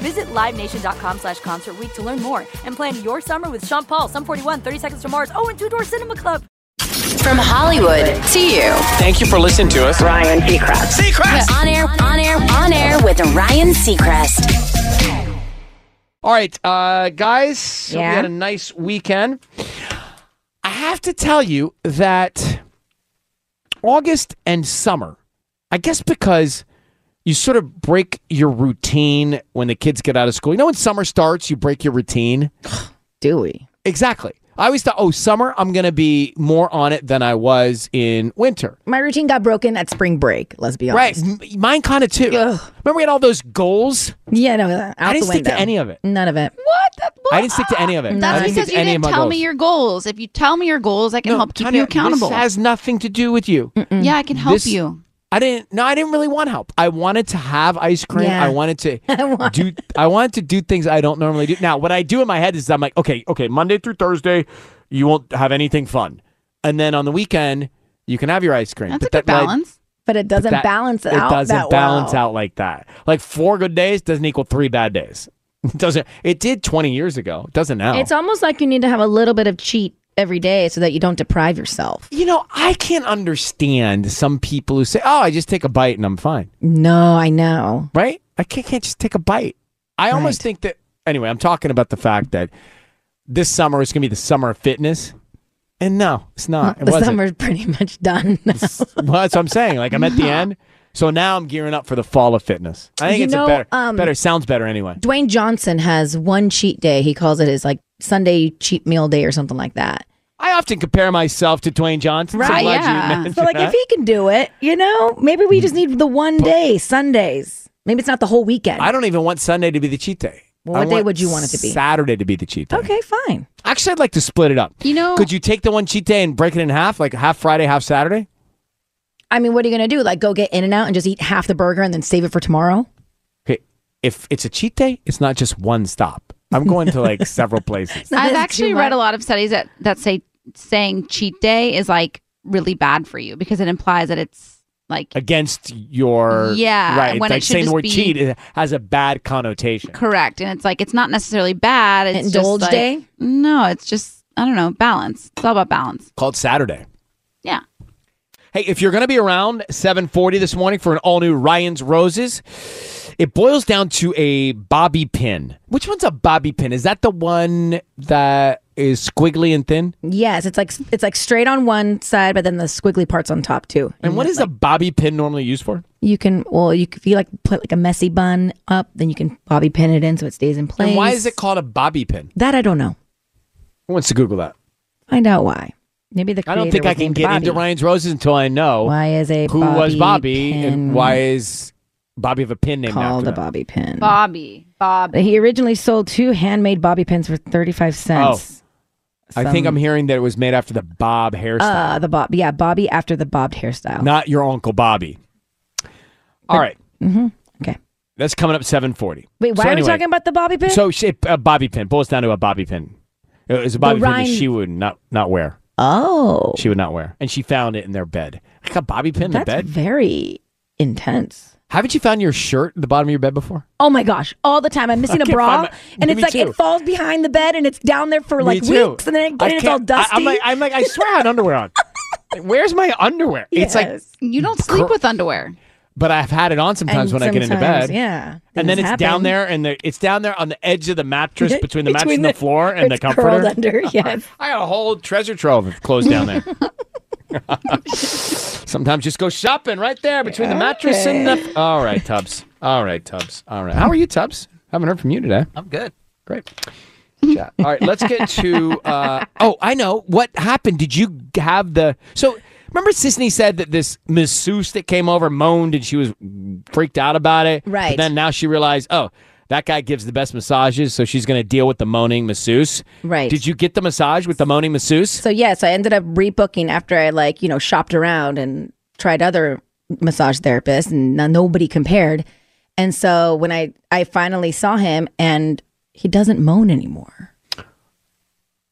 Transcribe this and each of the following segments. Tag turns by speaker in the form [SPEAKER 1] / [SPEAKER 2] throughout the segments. [SPEAKER 1] Visit LiveNation.com slash Concert Week to learn more and plan your summer with Sean Paul, Sum 41, 30 Seconds to Mars, oh, and Two Door Cinema Club.
[SPEAKER 2] From Hollywood to you.
[SPEAKER 3] Thank you for listening to us.
[SPEAKER 4] Ryan Seacrest.
[SPEAKER 2] We're on air, on air, on air with Ryan Seacrest.
[SPEAKER 3] All right, uh, guys, hope
[SPEAKER 4] Yeah?
[SPEAKER 3] we had a nice weekend. I have to tell you that August and summer, I guess because you sort of break your routine when the kids get out of school. You know, when summer starts, you break your routine.
[SPEAKER 4] Do we?
[SPEAKER 3] Exactly. I always thought, oh, summer, I'm going to be more on it than I was in winter.
[SPEAKER 4] My routine got broken at spring break. Let's be
[SPEAKER 3] Right.
[SPEAKER 4] honest.
[SPEAKER 3] M- mine kind of too.
[SPEAKER 4] Ugh.
[SPEAKER 3] Remember, we had all those goals?
[SPEAKER 4] Yeah. No. Out
[SPEAKER 3] I didn't
[SPEAKER 4] the
[SPEAKER 3] stick to
[SPEAKER 4] window.
[SPEAKER 3] any of it.
[SPEAKER 4] None of it.
[SPEAKER 5] What? That-
[SPEAKER 3] I didn't stick to any of it. I
[SPEAKER 5] That's
[SPEAKER 3] didn't
[SPEAKER 5] because
[SPEAKER 3] stick
[SPEAKER 5] you
[SPEAKER 3] to any
[SPEAKER 5] didn't
[SPEAKER 3] of my
[SPEAKER 5] tell
[SPEAKER 3] goals.
[SPEAKER 5] me your goals. If you tell me your goals, I can
[SPEAKER 3] No,
[SPEAKER 5] help keep
[SPEAKER 3] Tanya,
[SPEAKER 5] you accountable.
[SPEAKER 3] This has nothing to do with you.
[SPEAKER 4] Mm.
[SPEAKER 5] yeah, I can help
[SPEAKER 3] This-
[SPEAKER 5] you.
[SPEAKER 3] I didn't. No, I didn't really want help. I wanted to have ice cream.
[SPEAKER 4] Yeah.
[SPEAKER 3] I wanted to
[SPEAKER 4] I want-
[SPEAKER 3] do. I wanted to do things I don't normally do. Now, what I do in my head is I'm like, okay, okay, Monday through Thursday, you won't have anything fun, and then on the weekend, you can have your ice cream.
[SPEAKER 5] That's a
[SPEAKER 3] But
[SPEAKER 5] good
[SPEAKER 3] that, like,
[SPEAKER 5] balance.
[SPEAKER 4] But it doesn't
[SPEAKER 3] that-
[SPEAKER 4] balance out.
[SPEAKER 3] It doesn't
[SPEAKER 4] that
[SPEAKER 3] balance
[SPEAKER 4] well.
[SPEAKER 3] out like that. Like four good days doesn't equal three bad days. It doesn't. It did 20 years ago. It doesn't now.
[SPEAKER 4] It's almost like you need to have a little bit of cheat every day so that you don't deprive yourself.
[SPEAKER 3] you know, I can't understand some people who say, "Oh, I just take a bite and I'm fine."
[SPEAKER 4] No, I know.
[SPEAKER 3] right? I can't, can't just take a bite. I almost think that. Anyway, I'm talking about the fact that this summer is going to be the summer of fitness, and no, it's not. It
[SPEAKER 4] the
[SPEAKER 3] wasn't.
[SPEAKER 4] summer's pretty much done.
[SPEAKER 3] well, that's what I'm saying. Like I'm at the end, so now I'm gearing up for the fall of fitness. I think
[SPEAKER 4] You
[SPEAKER 3] it's
[SPEAKER 4] know,
[SPEAKER 3] a better,
[SPEAKER 4] um,
[SPEAKER 3] better sounds better anyway.
[SPEAKER 4] Dwayne Johnson has one cheat day. He calls it his like Sunday cheat meal day or something like that.
[SPEAKER 3] I often compare myself to Dwayne Johnson. so
[SPEAKER 5] Right,
[SPEAKER 3] glad you Hmm.
[SPEAKER 5] yeah.
[SPEAKER 3] mentioned
[SPEAKER 4] So like if
[SPEAKER 3] that.
[SPEAKER 4] he can do it, you know, maybe we just need the one day, Sundays. Maybe it's not the whole weekend.
[SPEAKER 3] I don't even want Sunday to be the cheat day.
[SPEAKER 4] Well,
[SPEAKER 3] I
[SPEAKER 4] what day
[SPEAKER 3] want
[SPEAKER 4] would you want it to be?
[SPEAKER 3] Saturday to be the cheat day.
[SPEAKER 4] okay, fine.
[SPEAKER 3] Actually, I'd like to split it up.
[SPEAKER 5] You know-
[SPEAKER 3] could you take the one cheat day and break it in half, like half Friday, half Saturday?
[SPEAKER 4] I mean, what are you gonna do? Like go get in and out and just eat half the burger and then save it for tomorrow?
[SPEAKER 3] Okay, if it's a cheat day, it's not just one stop. I'm going to like several places.
[SPEAKER 4] So
[SPEAKER 5] I've
[SPEAKER 4] this is
[SPEAKER 5] actually
[SPEAKER 4] too
[SPEAKER 5] read a
[SPEAKER 4] much.
[SPEAKER 5] lot of studies that, that say saying cheat day is like really bad for you because it implies that it's like
[SPEAKER 3] Against your
[SPEAKER 5] Yeah,
[SPEAKER 3] right,
[SPEAKER 5] when it
[SPEAKER 3] like
[SPEAKER 5] should
[SPEAKER 3] saying the
[SPEAKER 5] just
[SPEAKER 3] word
[SPEAKER 5] be-
[SPEAKER 3] cheat it has a bad connotation.
[SPEAKER 5] correct. And it's like, it's not necessarily bad. It's just
[SPEAKER 4] Indulge
[SPEAKER 5] like-
[SPEAKER 4] day?
[SPEAKER 5] No, it's just, I don't know, balance. It's all about balance.
[SPEAKER 3] Called Saturday.
[SPEAKER 5] Yeah.
[SPEAKER 3] Hey, if you're going to be around 7:40 this morning for an all new Ryan's Roses, it boils down to a bobby pin. Which one's a bobby pin? Is that the one that is squiggly and thin?
[SPEAKER 4] Yes, it's like it's like straight on one side, but then the squiggly parts on top too.
[SPEAKER 3] And
[SPEAKER 5] Mm,
[SPEAKER 3] what is a bobby pin normally used for?
[SPEAKER 4] You can well, you can- if you like put like a messy bun up, then you can bobby pin it in so it stays in place.
[SPEAKER 3] And why is it called a bobby pin?
[SPEAKER 4] that? I don't know.
[SPEAKER 3] Who wants to Google that?
[SPEAKER 4] Find out why. Maybe the
[SPEAKER 3] I don't
[SPEAKER 4] creator
[SPEAKER 3] think I
[SPEAKER 4] was
[SPEAKER 3] can
[SPEAKER 4] named
[SPEAKER 3] get into
[SPEAKER 4] Bobby.
[SPEAKER 3] Ryan's Roses until I know
[SPEAKER 4] Why is a
[SPEAKER 3] who was Bobby
[SPEAKER 4] pin
[SPEAKER 3] and why is Bobby have a pin named
[SPEAKER 4] called a
[SPEAKER 3] after him?
[SPEAKER 4] bobby pin?
[SPEAKER 5] Bobby. Bob.
[SPEAKER 4] He originally sold two handmade bobby pins for thirty-five cents.
[SPEAKER 3] I think
[SPEAKER 4] Some-
[SPEAKER 3] I'm hearing that it was made after the Bob hairstyle,
[SPEAKER 4] Uh, the bob, yeah, Bobby after the bobbed hairstyle.
[SPEAKER 3] Oh. not your uncle Bobby. All right,
[SPEAKER 4] Okay,
[SPEAKER 3] that's coming up 7:40.
[SPEAKER 4] wait, why
[SPEAKER 3] so
[SPEAKER 4] are
[SPEAKER 3] anyway, uh,
[SPEAKER 4] we talking about the bobby pin?
[SPEAKER 3] So she, a bobby pin boils down to a bobby pin. It was a bobby pin
[SPEAKER 4] Ryan-
[SPEAKER 3] that she would not not wear.
[SPEAKER 4] Oh,
[SPEAKER 3] She would not wear, and she found it in their bed. I got bobby pin in the
[SPEAKER 4] that's
[SPEAKER 3] bed.
[SPEAKER 4] very intense.
[SPEAKER 3] Haven't you found your shirt at the bottom of your bed before?
[SPEAKER 4] Oh my gosh, all the time. I'm missing a
[SPEAKER 3] can't
[SPEAKER 4] bra,
[SPEAKER 3] find my-
[SPEAKER 4] and
[SPEAKER 3] Me
[SPEAKER 4] it's like
[SPEAKER 3] too.
[SPEAKER 4] it falls behind the bed, and it's down there for like
[SPEAKER 3] Me too.
[SPEAKER 4] weeks, and then, it,
[SPEAKER 3] I
[SPEAKER 4] then it's all
[SPEAKER 3] can't- I-
[SPEAKER 4] dusty.
[SPEAKER 3] I'm like, I'm like, I swear I had underwear on. Like, Where's my underwear? It's like,
[SPEAKER 4] Yes.
[SPEAKER 5] You don't sleep with underwear.
[SPEAKER 3] but I've had it on sometimes
[SPEAKER 4] And
[SPEAKER 3] when I get into
[SPEAKER 4] sometimes,
[SPEAKER 3] bed.
[SPEAKER 4] Yeah.
[SPEAKER 3] And then
[SPEAKER 4] this
[SPEAKER 3] it's down
[SPEAKER 4] happens.
[SPEAKER 3] there, and the, it's down there on the edge of the mattress between the mattress
[SPEAKER 4] Between
[SPEAKER 3] and the
[SPEAKER 4] the-
[SPEAKER 3] floor and the
[SPEAKER 4] it's curled
[SPEAKER 3] comforter.
[SPEAKER 4] under. Yes.
[SPEAKER 3] I got a whole treasure trove of clothes down there. Sometimes just go shopping right there between the mattress and the. All right, Tubbs. All right, Tubbs. All right. How are you, Tubbs? Haven't heard from you today.
[SPEAKER 6] I'm good.
[SPEAKER 3] Great. Good job. All right, let's get to. Uh, oh, I know what happened. Did you have the? So remember, Sisney said that this masseuse that came over moaned and she was freaked out about it.
[SPEAKER 4] Right.
[SPEAKER 3] But then now she realized, oh, that guy gives the best massages, so she's going to deal with the moaning masseuse.
[SPEAKER 4] Right.
[SPEAKER 3] Did you get the massage with the moaning masseuse?
[SPEAKER 4] So yes, I ended up rebooking after I like you know shopped around and tried other massage therapists, and no- nobody compared. And so when I I finally saw him, and he doesn't moan anymore.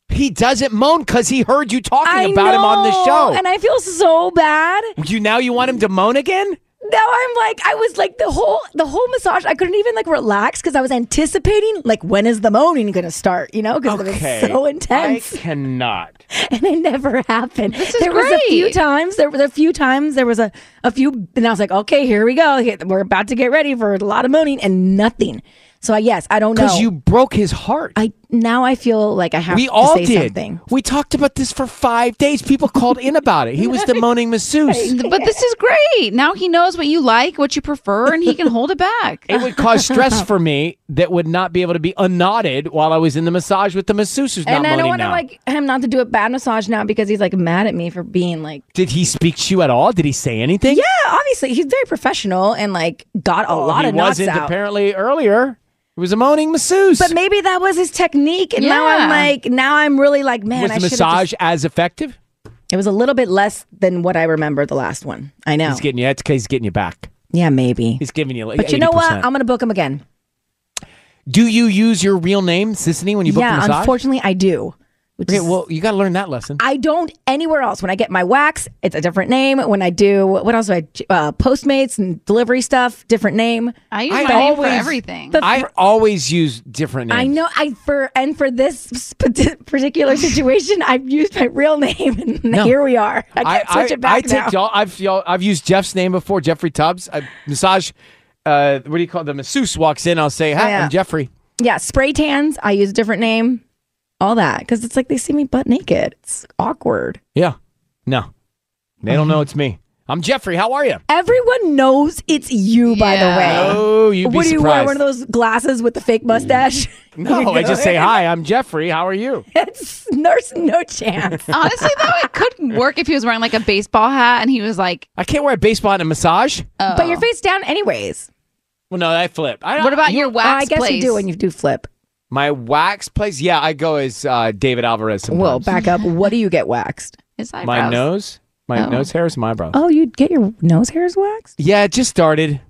[SPEAKER 3] He doesn't moan because he heard you talking
[SPEAKER 4] I
[SPEAKER 3] about him on the
[SPEAKER 4] know,
[SPEAKER 3] show.
[SPEAKER 4] and I feel so bad.
[SPEAKER 3] you now you want him to moan again?
[SPEAKER 4] Now I'm like I was like the whole the whole massage I couldn't even like relax because I was anticipating like when is the moaning gonna start you know because
[SPEAKER 3] Okay.
[SPEAKER 4] it was so intense
[SPEAKER 3] I cannot.
[SPEAKER 4] and it never happened.
[SPEAKER 5] is
[SPEAKER 4] there was a few
[SPEAKER 5] great.
[SPEAKER 4] times. There was a few times. There was a a few, and I was like, okay, here we go. Here- We're about to get ready for a lot of moaning and nothing. So I yes, I don't know.
[SPEAKER 3] Because you broke his heart.
[SPEAKER 4] I now I feel like I have
[SPEAKER 3] we
[SPEAKER 4] to
[SPEAKER 3] all
[SPEAKER 4] say
[SPEAKER 3] did.
[SPEAKER 4] something.
[SPEAKER 3] We talked about this for five days. People called in about it. He was the moaning masseuse.
[SPEAKER 5] But this is great. Now he knows what you like, what you prefer, and he can hold it back.
[SPEAKER 3] It would cause stress for me that would not be able to be unknotted while I was in the massage with the masseuse who's
[SPEAKER 4] And
[SPEAKER 3] not
[SPEAKER 4] I don't
[SPEAKER 3] moaning
[SPEAKER 4] want to
[SPEAKER 3] now.
[SPEAKER 4] like him not to do a bad massage now because he's like mad at me for being like
[SPEAKER 3] Did he speak to you at all? Did he say anything?
[SPEAKER 4] yeah. Obviously, he's very professional and like got a lot
[SPEAKER 3] Oh, he
[SPEAKER 4] of knocks
[SPEAKER 3] wasn't
[SPEAKER 4] out.
[SPEAKER 3] apparently earlier. It was a moaning masseuse.
[SPEAKER 4] but maybe that was his technique, and now I'm
[SPEAKER 5] Yeah.
[SPEAKER 4] like, now I'm really like, man,
[SPEAKER 3] was
[SPEAKER 4] I
[SPEAKER 3] the
[SPEAKER 4] should
[SPEAKER 3] massage as effective?
[SPEAKER 4] It was a little bit less than what I remember the last one. I know.
[SPEAKER 3] He's getting you. That's 'cause he's getting you back.
[SPEAKER 4] Yeah, maybe.
[SPEAKER 3] He's giving you. Like
[SPEAKER 4] But you know what?
[SPEAKER 3] 80%.
[SPEAKER 4] I'm gonna book him again.
[SPEAKER 3] Do you use your real name, Sissany, when you book the
[SPEAKER 4] yeah,
[SPEAKER 3] massage?
[SPEAKER 4] unfortunately, I do. Which
[SPEAKER 3] Okay,
[SPEAKER 4] is,
[SPEAKER 3] well, you got to learn that lesson.
[SPEAKER 4] I don't anywhere else. When I get my wax, it's a different name. When I do what else? Do I uh, Postmates and delivery stuff, different name.
[SPEAKER 5] I use
[SPEAKER 3] I
[SPEAKER 5] my name for
[SPEAKER 3] always-
[SPEAKER 5] everything.
[SPEAKER 4] The-
[SPEAKER 3] I always use different names.
[SPEAKER 4] I know I for and for this sp- particular situation, I've used my real name, and here we are. I can't switch it back
[SPEAKER 3] I
[SPEAKER 4] now.
[SPEAKER 3] take y'all. I've y'all, I've used Jeff's name before, Jeffrey Tubbs. I massage. Uh, what do you call it? the masseuse walks in? I'll say, "Hi,
[SPEAKER 4] Yeah.
[SPEAKER 3] I'm Jeffrey."
[SPEAKER 4] yeah, spray tans. I use a different name. All that because it's like they see me butt naked. It's awkward.
[SPEAKER 3] Yeah, no, they don't know it's me. I'm Jeffrey. How are you?
[SPEAKER 4] Everyone knows it's you, by the
[SPEAKER 5] Yeah.
[SPEAKER 4] way.
[SPEAKER 3] Oh, you'd be
[SPEAKER 4] what do you wear?
[SPEAKER 3] surprised.
[SPEAKER 4] One of those glasses with the fake mustache?
[SPEAKER 3] no, I just say, "Hi, I'm Jeffrey. How are you?"
[SPEAKER 4] it's there's no chance.
[SPEAKER 5] Honestly, though, it could work if he was wearing like a baseball hat and he was like,
[SPEAKER 3] I can't wear a baseball and a massage.
[SPEAKER 4] But you're face down, anyways.
[SPEAKER 3] well, no, I flip. I don't,
[SPEAKER 5] "What about your
[SPEAKER 4] Oh,
[SPEAKER 5] wax?"
[SPEAKER 4] I guess you
[SPEAKER 5] place?
[SPEAKER 4] do when you do flip.
[SPEAKER 3] my wax place? Yeah, I go as uh, David Alvarez. Sometimes.
[SPEAKER 4] Well, back up. What do you get waxed?
[SPEAKER 5] His
[SPEAKER 3] my
[SPEAKER 5] eyebrows.
[SPEAKER 3] nose, my
[SPEAKER 5] Oh.
[SPEAKER 3] nose hairs, my eyebrows.
[SPEAKER 4] Oh, you get your nose hairs waxed?
[SPEAKER 3] Yeah, it just started.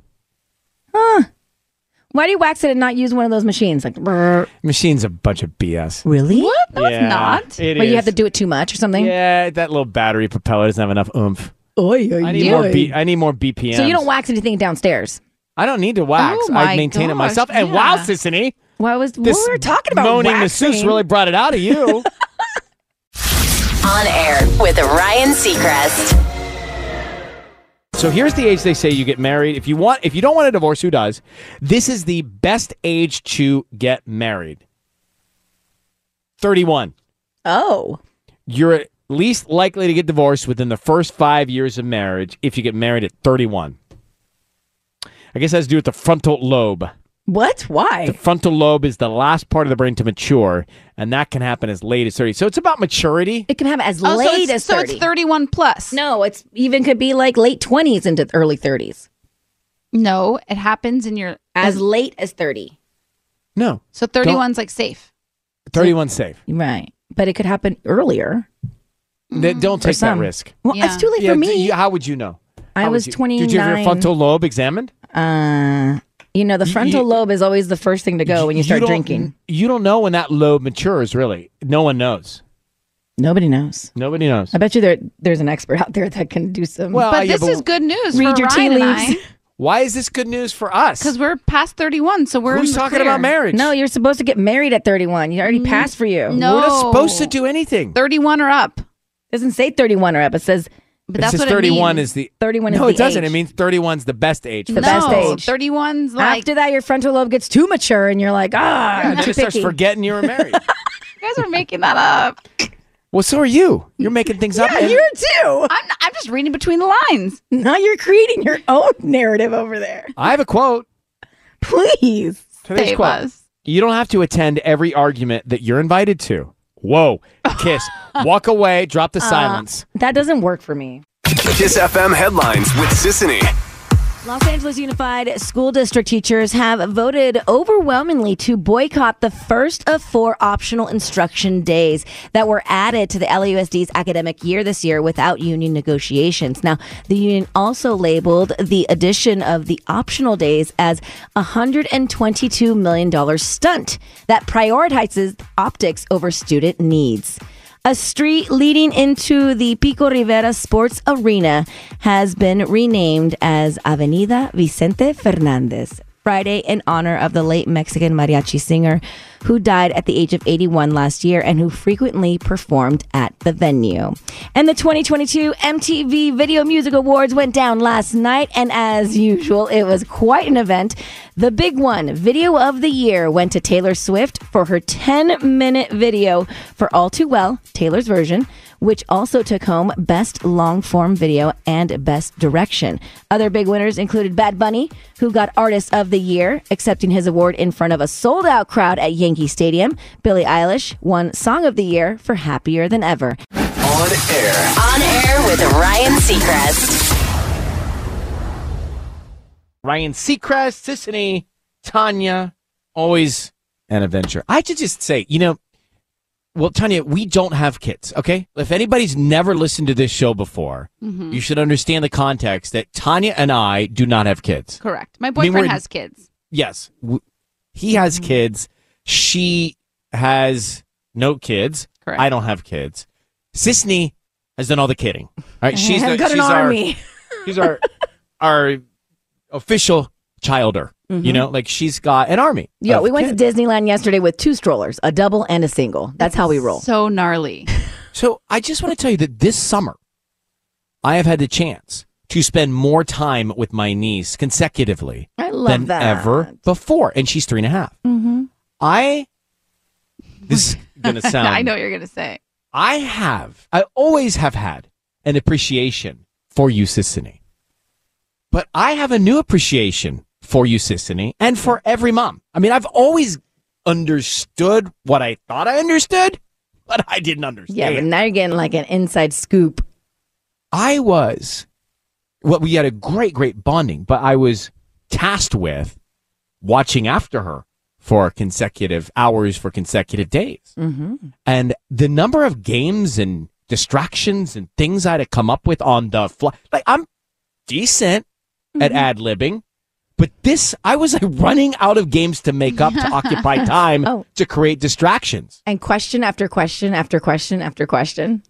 [SPEAKER 4] Why do you wax it and not use one of those machines? Like, brrr.
[SPEAKER 3] Machine's a bunch of BS.
[SPEAKER 4] really? What?
[SPEAKER 5] No, it's
[SPEAKER 3] yeah,
[SPEAKER 5] not.
[SPEAKER 3] It
[SPEAKER 4] But you
[SPEAKER 3] is.
[SPEAKER 4] have to do it too much or something?
[SPEAKER 3] Yeah, that little battery propeller doesn't have enough oomph.
[SPEAKER 4] Oy, oy,
[SPEAKER 3] I need
[SPEAKER 4] oy.
[SPEAKER 3] more. B- I need more BPM.
[SPEAKER 4] So you don't wax anything downstairs.
[SPEAKER 3] I don't need to wax.
[SPEAKER 5] Oh
[SPEAKER 3] I
[SPEAKER 5] my
[SPEAKER 3] maintain it
[SPEAKER 5] gosh,
[SPEAKER 3] myself. And wow,
[SPEAKER 5] yeah.
[SPEAKER 3] Sissany,
[SPEAKER 4] What was
[SPEAKER 3] this
[SPEAKER 4] we were talking about?
[SPEAKER 3] moaning
[SPEAKER 4] waxing.
[SPEAKER 3] masseuse really brought it out of you.
[SPEAKER 2] On air with Ryan Seacrest.
[SPEAKER 3] so here's the age they say you get married. If you want, if you don't want a divorce, who does? This is the best age to get married. Thirty-one.
[SPEAKER 4] Oh,
[SPEAKER 3] You're at least likely to get divorced within the first five years of marriage if you get married at thirty-one. I guess that has to do with the frontal lobe.
[SPEAKER 4] what?
[SPEAKER 3] The
[SPEAKER 4] Why?
[SPEAKER 3] frontal lobe is the last part of the brain to mature, and that can happen as late as 30. So it's about maturity.
[SPEAKER 4] It can have as
[SPEAKER 5] Oh,
[SPEAKER 4] late
[SPEAKER 5] so it's,
[SPEAKER 4] as
[SPEAKER 5] so
[SPEAKER 4] 30.
[SPEAKER 5] it's thirty-one plus.
[SPEAKER 4] No, it's even could be like late twenties into early thirties.
[SPEAKER 5] no, it happens in your
[SPEAKER 4] As late as thirty.
[SPEAKER 3] No,
[SPEAKER 5] so thirty-one's like safe.
[SPEAKER 3] 31's safe.
[SPEAKER 4] Right. But it could happen earlier.
[SPEAKER 3] They don't take that
[SPEAKER 4] Mm-hmm. some.
[SPEAKER 3] risk.
[SPEAKER 4] Well,
[SPEAKER 5] Yeah.
[SPEAKER 4] it's too late
[SPEAKER 3] Yeah,
[SPEAKER 4] for
[SPEAKER 3] d-
[SPEAKER 4] me.
[SPEAKER 3] you- how would you know?
[SPEAKER 4] I
[SPEAKER 3] How would
[SPEAKER 4] was
[SPEAKER 3] you-
[SPEAKER 4] twenty nine.
[SPEAKER 3] Did you have your frontal lobe examined?
[SPEAKER 4] Uh, you know, the
[SPEAKER 3] You-
[SPEAKER 4] frontal
[SPEAKER 3] you-
[SPEAKER 4] lobe is always the first thing to go when you start
[SPEAKER 3] don't-
[SPEAKER 4] drinking.
[SPEAKER 3] You don't know when that lobe matures, really. No one knows.
[SPEAKER 4] Nobody knows.
[SPEAKER 3] Nobody knows.
[SPEAKER 4] I bet you there there's an expert out there that can do some.
[SPEAKER 3] Well,
[SPEAKER 5] but
[SPEAKER 3] Oh, yeah,
[SPEAKER 5] this is good news
[SPEAKER 4] read
[SPEAKER 5] for
[SPEAKER 4] your tea
[SPEAKER 5] Ryan and
[SPEAKER 4] leaves.
[SPEAKER 5] I
[SPEAKER 3] Why is this good news for us?
[SPEAKER 5] because we're past 31, so we're in
[SPEAKER 3] Who's
[SPEAKER 5] the
[SPEAKER 3] talking
[SPEAKER 5] clear.
[SPEAKER 3] about marriage?
[SPEAKER 4] no, you're supposed to get married at 31. You already passed for you.
[SPEAKER 5] No,
[SPEAKER 3] we're not supposed to do anything.
[SPEAKER 5] 31 or up.
[SPEAKER 4] It doesn't say 31 or up. It says
[SPEAKER 5] But
[SPEAKER 3] it
[SPEAKER 5] that's
[SPEAKER 3] says
[SPEAKER 5] what
[SPEAKER 3] 31
[SPEAKER 5] it means.
[SPEAKER 3] is the
[SPEAKER 4] 31 is
[SPEAKER 3] No,
[SPEAKER 4] the
[SPEAKER 3] it doesn't.
[SPEAKER 4] age.
[SPEAKER 3] It means 31's the best age.
[SPEAKER 5] no,
[SPEAKER 3] for
[SPEAKER 4] the best age.
[SPEAKER 5] 31's like
[SPEAKER 4] After that, your frontal lobe gets too mature, and you're like, ah,
[SPEAKER 3] Yeah,
[SPEAKER 4] I'm
[SPEAKER 3] then
[SPEAKER 4] too
[SPEAKER 3] it starts
[SPEAKER 4] picky.
[SPEAKER 3] forgetting you were married.
[SPEAKER 5] you guys are making that up.
[SPEAKER 3] well, so are you. You're making things up.
[SPEAKER 4] yeah,
[SPEAKER 3] and-
[SPEAKER 4] you're too.
[SPEAKER 5] I'm not, I'm just reading between the lines.
[SPEAKER 4] Now you're creating your own narrative over there.
[SPEAKER 3] I have a quote.
[SPEAKER 4] Please.
[SPEAKER 3] Today's
[SPEAKER 5] Save
[SPEAKER 3] quote.
[SPEAKER 5] us.
[SPEAKER 3] You don't have to attend every argument that you're invited to. Whoa. Kiss. Walk away. Drop the silence.
[SPEAKER 4] That doesn't work for me.
[SPEAKER 6] Kiss FM headlines with Sissany.
[SPEAKER 4] Los Angeles Unified School District teachers have voted overwhelmingly to boycott the first of four optional instruction days that were added to the LAUSD's academic year this year without union negotiations. Now, the union also labeled the addition of the optional days as a $122 million stunt that prioritizes optics over student needs. A street leading into the Pico Rivera Sports Arena has been renamed as Avenida Vicente Fernandez Friday in honor of the late Mexican mariachi singer who died at the age of 81 last year and who frequently performed at the venue. And the 2022 MTV Video Music Awards went down last night, and as usual, it was quite an event. The big one, Video of the Year, went to Taylor Swift for her 10 minute video for All Too Well, Taylor's version, which also took home Best Long Form Video and Best Direction. Other big winners included Bad Bunny, who got Artist of the Year, accepting his award in front of a sold out crowd at Yankee Stadium. Billie Eilish won Song of the Year for Happier Than Ever.
[SPEAKER 6] On air.
[SPEAKER 2] On air with Ryan Seacrest.
[SPEAKER 3] Ryan Seacrest, Sissany, Tanya, always an adventure. I should just say, you know, well, Tanya, we don't have kids, okay? If anybody's never listened to this show before, you should understand the context that Tanya and I do not have kids.
[SPEAKER 5] Correct. My
[SPEAKER 3] mean,
[SPEAKER 5] boyfriend
[SPEAKER 3] we're-
[SPEAKER 5] has kids.
[SPEAKER 3] Yes, w- he has
[SPEAKER 4] Mm-hmm.
[SPEAKER 3] kids. She has no kids.
[SPEAKER 5] Correct.
[SPEAKER 3] I don't have kids. Sisney has done all the kidding. All right, she's the,
[SPEAKER 4] I've got
[SPEAKER 3] she's
[SPEAKER 4] an
[SPEAKER 3] our,
[SPEAKER 4] army.
[SPEAKER 3] she's our our official childer. You know, like she's got an army.
[SPEAKER 4] Mm-hmm. Yeah,
[SPEAKER 3] of
[SPEAKER 4] we went
[SPEAKER 3] kids.
[SPEAKER 4] to Disneyland yesterday with two strollers, a double and a single. That's how we roll.
[SPEAKER 5] So gnarly.
[SPEAKER 3] So I just want to tell you that this summer, I have had the chance to spend more time with my niece consecutively
[SPEAKER 4] I love
[SPEAKER 3] than
[SPEAKER 4] that.
[SPEAKER 3] ever before, and she's three and a Mm-hmm. I. This is gonna sound.
[SPEAKER 5] I know what you're gonna say.
[SPEAKER 3] I have, I always have had an appreciation for you, Sissany. But I have a new appreciation for you, Sissany, and for every mom. I mean, I've always understood what I thought I understood, but I didn't understand.
[SPEAKER 4] Yeah, but now you're getting like an inside scoop.
[SPEAKER 3] I was, well, we had a great, great bonding, but I was tasked with watching after her for consecutive hours, for consecutive days. And the number of games and distractions and things I had to come up with on the fly, like I'm decent at ad libbing. But this, I was like running out of games to make up to occupy time
[SPEAKER 4] Oh.
[SPEAKER 3] to create distractions.
[SPEAKER 4] And question after question after question after question.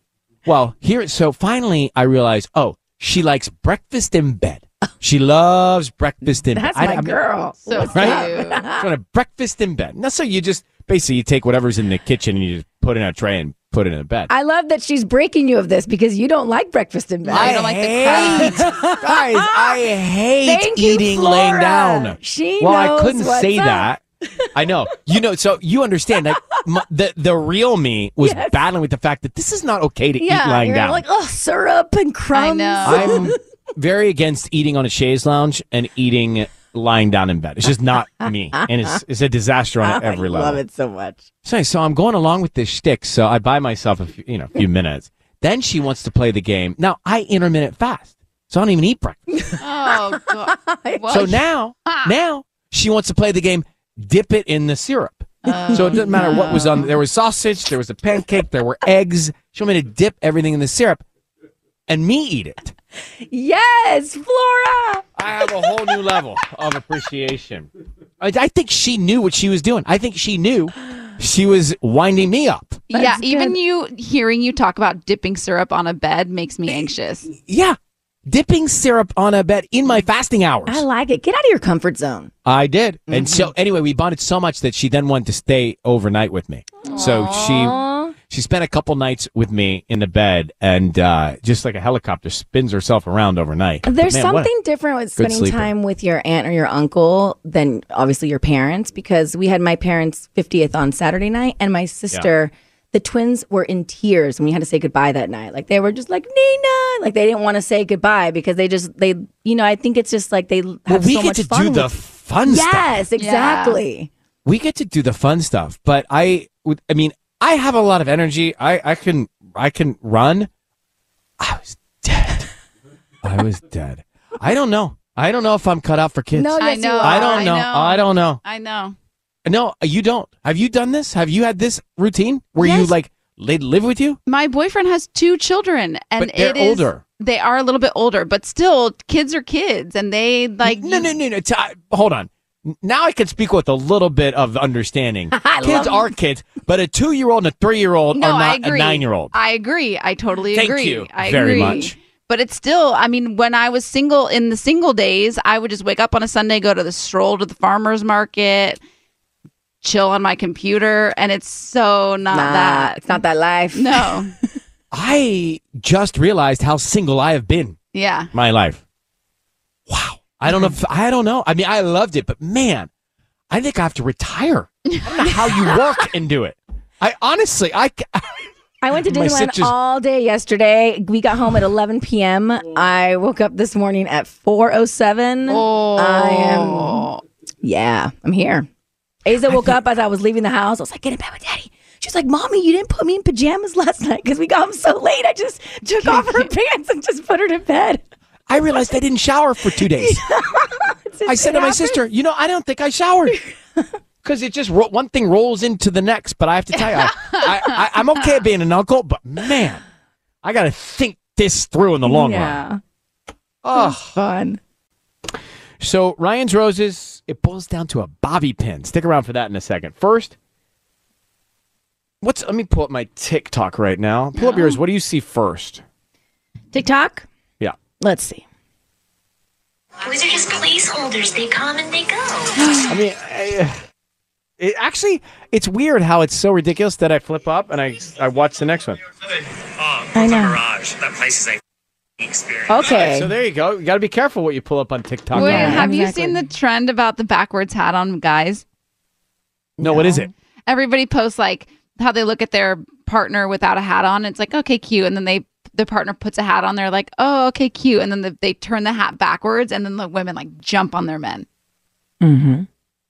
[SPEAKER 3] Well, here, so finally I realized, oh, she likes breakfast in bed. She loves breakfast in
[SPEAKER 4] That's
[SPEAKER 3] bed.
[SPEAKER 4] my
[SPEAKER 3] I'm-
[SPEAKER 4] girl.
[SPEAKER 5] So
[SPEAKER 3] Right?
[SPEAKER 5] cute.
[SPEAKER 3] I'm trying to breakfast in bed. That's so you just basically you take whatever's in the kitchen and you just put it in a tray and put it in a bed.
[SPEAKER 4] I love that she's breaking you of this because you don't like breakfast in bed.
[SPEAKER 5] I don't like the
[SPEAKER 3] hate, guys. I hate
[SPEAKER 4] Thank you,
[SPEAKER 3] eating laying
[SPEAKER 4] Flora.
[SPEAKER 3] down.
[SPEAKER 4] She
[SPEAKER 3] well,
[SPEAKER 4] knows
[SPEAKER 3] I couldn't
[SPEAKER 4] what's
[SPEAKER 3] say
[SPEAKER 4] up.
[SPEAKER 3] that. I know. You know. So you understand that my, the the real me was battling with the fact that this is not okay to
[SPEAKER 4] yeah,
[SPEAKER 3] eat lying
[SPEAKER 4] you're
[SPEAKER 3] down.
[SPEAKER 4] like oh syrup and crumbs.
[SPEAKER 5] know.
[SPEAKER 3] I'm very against eating on a chaise lounge and eating lying down in bed. It's just not me, and it's it's a disaster on every
[SPEAKER 4] I
[SPEAKER 3] level.
[SPEAKER 4] love it so much.
[SPEAKER 3] So, so I'm going along with this shtick. So I buy myself a few, you know a few minutes. Then she wants to play the game. Now I intermittent fast, so I don't even eat breakfast.
[SPEAKER 5] Oh god. Well,
[SPEAKER 3] So now,
[SPEAKER 4] Ah.
[SPEAKER 3] now she wants to play the game. Dip it in the syrup.
[SPEAKER 4] Oh,
[SPEAKER 3] so it doesn't matter what was on. There was sausage. There was a pancake. There were eggs. She wanted me to dip everything in the syrup, and me eat it.
[SPEAKER 4] Yes, Flora.
[SPEAKER 3] I have a whole new level of appreciation. I, I think she knew what she was doing. I think she knew she was winding me up.
[SPEAKER 5] yeah, even you hearing you talk about dipping syrup on a bed makes me anxious.
[SPEAKER 3] Yeah, dipping syrup on a bed in my fasting hours.
[SPEAKER 4] I Mm-hmm. like it. Get out of your comfort zone.
[SPEAKER 3] I did. And so anyway, we bonded so much that she then wanted to stay overnight with me. So she she spent a couple nights with me in the bed and uh, just like a helicopter spins herself around overnight. But
[SPEAKER 4] There's
[SPEAKER 3] man, what a-
[SPEAKER 4] something different with spending
[SPEAKER 3] sleeper.
[SPEAKER 4] time with your aunt or your uncle than obviously your parents because we had my parents' 50th on Saturday night and my sister, the twins were in tears when we had to say goodbye that night. Like they were just like Nina, like they didn't want to say goodbye because they just they you know, I think it's just like they have
[SPEAKER 3] well, we
[SPEAKER 4] so
[SPEAKER 3] get
[SPEAKER 4] much
[SPEAKER 3] to
[SPEAKER 4] fun.
[SPEAKER 3] do the
[SPEAKER 4] with-
[SPEAKER 3] fun stuff.
[SPEAKER 4] Yes, exactly.
[SPEAKER 3] We get to do the fun stuff. But I would I mean, I have a lot of energy. I I can I can run. I was dead. I was dead. I don't know. I don't know if I'm cut out for kids.
[SPEAKER 4] No, yes,
[SPEAKER 5] I know.
[SPEAKER 4] You are.
[SPEAKER 3] I don't know.
[SPEAKER 5] I know.
[SPEAKER 3] I don't know.
[SPEAKER 5] I know.
[SPEAKER 3] No, you don't. Have you done this? Have you had this routine where you like they live with you?
[SPEAKER 5] My boyfriend has two children, and
[SPEAKER 3] But they're
[SPEAKER 5] it is-
[SPEAKER 3] older.
[SPEAKER 5] They are a little bit older, but still, kids are kids, and they like.
[SPEAKER 3] No, no, no, no. T- I- hold on. N- Now I can speak with a little bit of understanding. kids are kids, but a two-year-old and a three-year-old
[SPEAKER 5] No,
[SPEAKER 3] are
[SPEAKER 5] I
[SPEAKER 3] not a
[SPEAKER 5] agree.
[SPEAKER 3] nine-year-old.
[SPEAKER 5] I agree. I totally
[SPEAKER 3] Thank
[SPEAKER 5] agree.
[SPEAKER 3] you
[SPEAKER 5] I
[SPEAKER 3] very
[SPEAKER 5] agree.
[SPEAKER 3] much.
[SPEAKER 5] But it's still, I mean, when I was single in the single days, I would just wake up on a Sunday, go to the stroll to the farmer's market, chill on my computer. And it's so
[SPEAKER 4] Nah,
[SPEAKER 5] not that.
[SPEAKER 4] it's not that life.
[SPEAKER 5] No.
[SPEAKER 3] I just realized how single I have been
[SPEAKER 5] yeah.
[SPEAKER 3] my life. Wow. I don't know. If, I don't know. I mean, I loved it, but man, I think I have to retire. I don't know how you work and do it. I honestly, I, c-
[SPEAKER 4] I went to
[SPEAKER 3] My
[SPEAKER 4] Disneyland
[SPEAKER 3] sister's-
[SPEAKER 4] all day yesterday. We got home at 11 p.m. I woke up this morning at 4:07.
[SPEAKER 5] Oh.
[SPEAKER 4] I am. Yeah, I'm here. Asa woke up as I was leaving the house. I was like, "Get in bed with Daddy." She was like, "Mommy, you didn't put me in pajamas last night because we got home so late. I just took off her pants and just put her to bed."
[SPEAKER 3] I realized I didn't shower for two days. I said to my sister, you know, I don't think I showered. Because it just, ro- one thing rolls into the next. But I have to tell you, I, I, I, I'm okay at being an uncle, but man, I got to think this through in the long run.
[SPEAKER 4] yeah,
[SPEAKER 3] Oh.
[SPEAKER 4] fun.
[SPEAKER 3] So Ryan's Roses, it boils down to a bobby pin. Stick around for that in a second. First, what's, let me pull up my TikTok right now. Pull up yours. What do you see first?
[SPEAKER 4] TikTok.
[SPEAKER 3] Yeah.
[SPEAKER 4] Let's see.
[SPEAKER 7] Those are just placeholders. They come and they go.
[SPEAKER 3] I mean, I, uh, it actually, it's weird how it's so ridiculous that I flip up and I, I watch the next one.
[SPEAKER 4] I know.
[SPEAKER 8] Mirage. That place is a experience.
[SPEAKER 4] Okay.
[SPEAKER 3] So there you go. You got to be careful what you pull up on TikTok.
[SPEAKER 5] Wait,
[SPEAKER 3] now.
[SPEAKER 5] have
[SPEAKER 4] exactly.
[SPEAKER 5] you seen the trend about the backwards hat on guys?
[SPEAKER 3] no, what is it?
[SPEAKER 5] Everybody posts like how they look at their partner without a hat on. It's like, okay, cute. And then they, the partner puts a hat on. They're like, oh, okay, cute. And then the, they turn the hat backwards and then the women like jump on their men.
[SPEAKER 3] I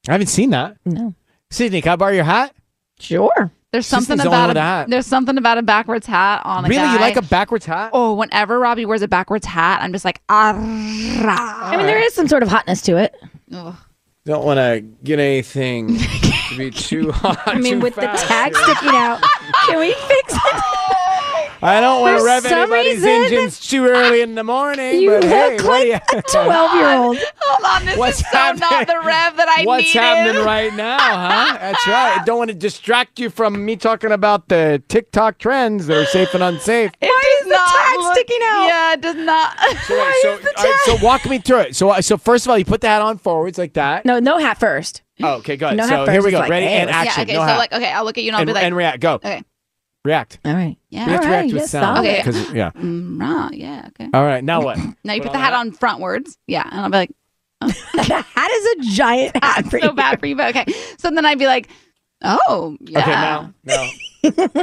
[SPEAKER 3] haven't seen that.
[SPEAKER 4] No. Oh
[SPEAKER 3] Sydney, can I borrow your hat?
[SPEAKER 4] Sure.
[SPEAKER 5] There's
[SPEAKER 3] She just
[SPEAKER 5] something
[SPEAKER 3] needs someone
[SPEAKER 5] about
[SPEAKER 3] with
[SPEAKER 5] a,
[SPEAKER 3] a hat.
[SPEAKER 5] there's something about a backwards hat on a
[SPEAKER 3] really?
[SPEAKER 5] guy.
[SPEAKER 3] You like a backwards hat?
[SPEAKER 5] oh, whenever Robbie wears a backwards hat, I'm just like ah.
[SPEAKER 4] I mean, there is some sort of hotness to it.
[SPEAKER 3] Don't want to get anything to be too hot.
[SPEAKER 4] I mean, with the tag sticking out, can we fix it?
[SPEAKER 3] I don't want to
[SPEAKER 4] for
[SPEAKER 3] rev
[SPEAKER 4] some
[SPEAKER 3] anybody's
[SPEAKER 4] reason,
[SPEAKER 3] engines too early in the morning.
[SPEAKER 4] You
[SPEAKER 3] but hey,
[SPEAKER 4] look
[SPEAKER 3] what do
[SPEAKER 4] like
[SPEAKER 3] you-
[SPEAKER 4] a 12 year old.
[SPEAKER 5] Hold on, this
[SPEAKER 3] What's
[SPEAKER 5] is so
[SPEAKER 3] happening?
[SPEAKER 5] not the rev that I
[SPEAKER 3] What's
[SPEAKER 5] needed.
[SPEAKER 3] happening right now, huh? That's right. I don't want to distract you from me talking about the TikTok trends that are safe and unsafe.
[SPEAKER 5] It Why does
[SPEAKER 4] the
[SPEAKER 5] not
[SPEAKER 4] tag
[SPEAKER 5] look-
[SPEAKER 4] sticking out?
[SPEAKER 5] Yeah, it does not.
[SPEAKER 3] So, wait, so, all right, so walk me through it. So, uh, so first of all, you put the hat on forwards like that.
[SPEAKER 4] No, no hat first.
[SPEAKER 3] Oh, okay, good.
[SPEAKER 4] No
[SPEAKER 3] so
[SPEAKER 4] hat
[SPEAKER 3] here
[SPEAKER 4] first
[SPEAKER 3] we
[SPEAKER 4] is
[SPEAKER 3] go.
[SPEAKER 4] like,
[SPEAKER 3] Ready
[SPEAKER 4] hey,
[SPEAKER 3] and
[SPEAKER 4] let's-
[SPEAKER 5] yeah,
[SPEAKER 3] action.
[SPEAKER 5] okay.
[SPEAKER 3] no
[SPEAKER 5] so
[SPEAKER 3] hat.
[SPEAKER 5] like, okay, I'll look at you and I'll
[SPEAKER 3] and,
[SPEAKER 5] be like,
[SPEAKER 3] and react. Go.
[SPEAKER 5] okay,
[SPEAKER 3] React.
[SPEAKER 4] All right.
[SPEAKER 5] yeah,
[SPEAKER 3] We have to
[SPEAKER 4] All
[SPEAKER 3] react
[SPEAKER 4] right,
[SPEAKER 3] with
[SPEAKER 4] yes,
[SPEAKER 3] sound.
[SPEAKER 5] solid.
[SPEAKER 3] 'cause it- yeah.
[SPEAKER 5] Mm, rah, yeah, okay.
[SPEAKER 3] All right. Now what?
[SPEAKER 5] Now you put
[SPEAKER 3] on
[SPEAKER 5] the hat on frontwards, yeah, and I'll be like,
[SPEAKER 4] The hat is a giant hat. for
[SPEAKER 5] so
[SPEAKER 4] you.
[SPEAKER 5] bad for you, but okay. So then I'd be like, oh, yeah.
[SPEAKER 3] Okay. Now. Now.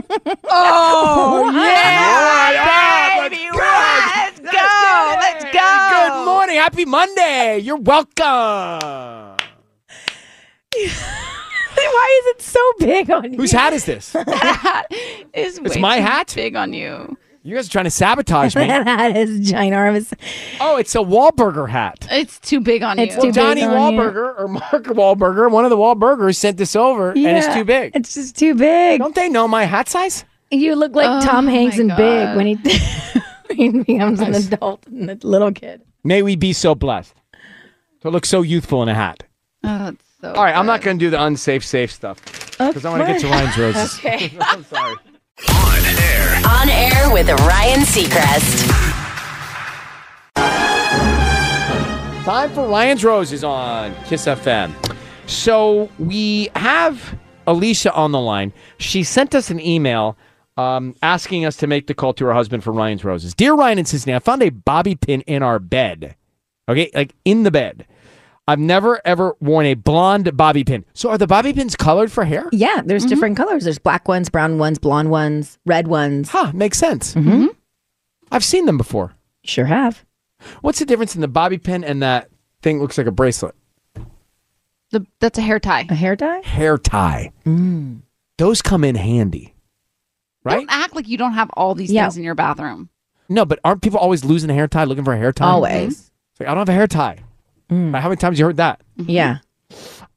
[SPEAKER 5] Oh, yeah,
[SPEAKER 3] What?
[SPEAKER 5] baby,
[SPEAKER 3] Oh,
[SPEAKER 5] let's, go, let's go.
[SPEAKER 3] Good morning. Happy Monday. You're welcome.
[SPEAKER 4] Why is it so big on you?
[SPEAKER 3] Whose hat is this?
[SPEAKER 5] It's, way
[SPEAKER 3] my
[SPEAKER 5] too
[SPEAKER 3] hat?
[SPEAKER 5] Big on you.
[SPEAKER 3] You guys are trying to sabotage me.
[SPEAKER 4] That hat is giant arms.
[SPEAKER 3] Oh, it's a Wahlburger hat.
[SPEAKER 5] It's too big on
[SPEAKER 4] It's
[SPEAKER 5] you.
[SPEAKER 4] too
[SPEAKER 3] Johnny
[SPEAKER 4] big on you.
[SPEAKER 3] Wahlburger or Mark Wahlburger, one of the Wahlburgers sent this over, and it's
[SPEAKER 4] Yeah,
[SPEAKER 3] too big.
[SPEAKER 4] It's just too big.
[SPEAKER 3] Don't they know my hat size?
[SPEAKER 4] You look like
[SPEAKER 5] Oh,
[SPEAKER 4] Tom Hanks
[SPEAKER 5] my
[SPEAKER 4] in Big
[SPEAKER 5] God.
[SPEAKER 4] when he, when he becomes an adult and a little kid.
[SPEAKER 3] May we be so blessed to look so youthful in a hat.
[SPEAKER 5] Oh, it's so
[SPEAKER 3] All right, I'm
[SPEAKER 5] good.
[SPEAKER 3] not going to do the unsafe, safe stuff. because I want to get to Ryan's roses.
[SPEAKER 2] Okay.
[SPEAKER 3] I'm sorry.
[SPEAKER 2] On air with Ryan Seacrest.
[SPEAKER 3] Time for Ryan's Roses on Kiss FM. So we have Alicia on the line. She sent us an email um, asking us to make the call to her husband for Ryan's Roses. Dear Ryan and Sisney, I found a bobby pin in our bed. Okay, like in the bed. I've never ever worn a blonde bobby pin. So are the bobby pins colored for hair?
[SPEAKER 4] Yeah, there's different colors. There's black ones, brown ones, blonde ones, red ones.
[SPEAKER 3] Huh, makes sense.
[SPEAKER 4] Mm-hmm.
[SPEAKER 3] I've seen them before.
[SPEAKER 4] Sure have.
[SPEAKER 3] What's the difference in the bobby pin and that thing looks like a bracelet?
[SPEAKER 5] The, that's a hair tie.
[SPEAKER 4] A hair tie?
[SPEAKER 3] Hair tie.
[SPEAKER 4] Mm.
[SPEAKER 3] Those come in handy. Right?
[SPEAKER 5] Don't act like you don't have all these
[SPEAKER 3] Yeah.
[SPEAKER 5] things in your bathroom.
[SPEAKER 3] No, but aren't people always losing a hair tie, looking for a hair tie?
[SPEAKER 5] Always.
[SPEAKER 3] It's like, I don't have a hair tie.
[SPEAKER 4] Mm.
[SPEAKER 3] Right, How many times you heard that?
[SPEAKER 4] Yeah.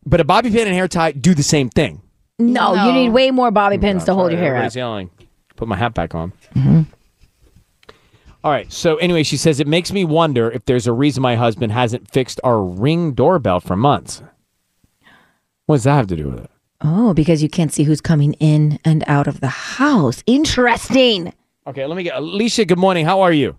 [SPEAKER 3] But a bobby pin and hair tie do the same thing.
[SPEAKER 4] No, you need way more
[SPEAKER 3] Oh
[SPEAKER 4] bobby pins to hold your hair up. Mm-hmm.
[SPEAKER 3] Everybody's yelling. Put my hat back on. All right. So anyway, she says it makes me wonder if there's a reason my husband hasn't fixed our ring doorbell for months. What does that have to do with it?
[SPEAKER 4] Oh, because you can't see who's coming in and out of the house. Interesting.
[SPEAKER 3] Okay, let me get Alicia. Good morning. How are you?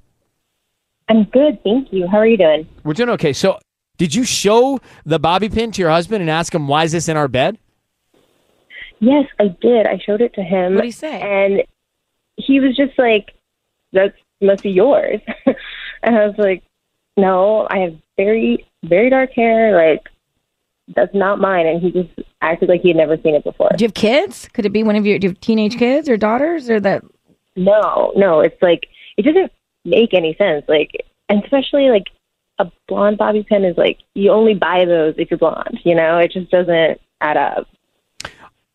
[SPEAKER 9] I'm good, thank you. How are you doing?
[SPEAKER 3] We're doing okay. So, did you show the bobby pin to your husband and ask him why is this in our bed?
[SPEAKER 9] Yes, I did. I showed it to him. What did he say? And he was just like, "That must be yours." and I was like, "No, I have very, very dark hair. Like, that's not mine." And he just acted like he had never seen it before.
[SPEAKER 4] Do you have kids? Could it be one of your do you have teenage kids or daughters or that?
[SPEAKER 9] No, no, it's like it doesn't make any sense. Like, and especially like a blonde bobby pin is like you only buy those if you're blonde. You know, it just doesn't add up.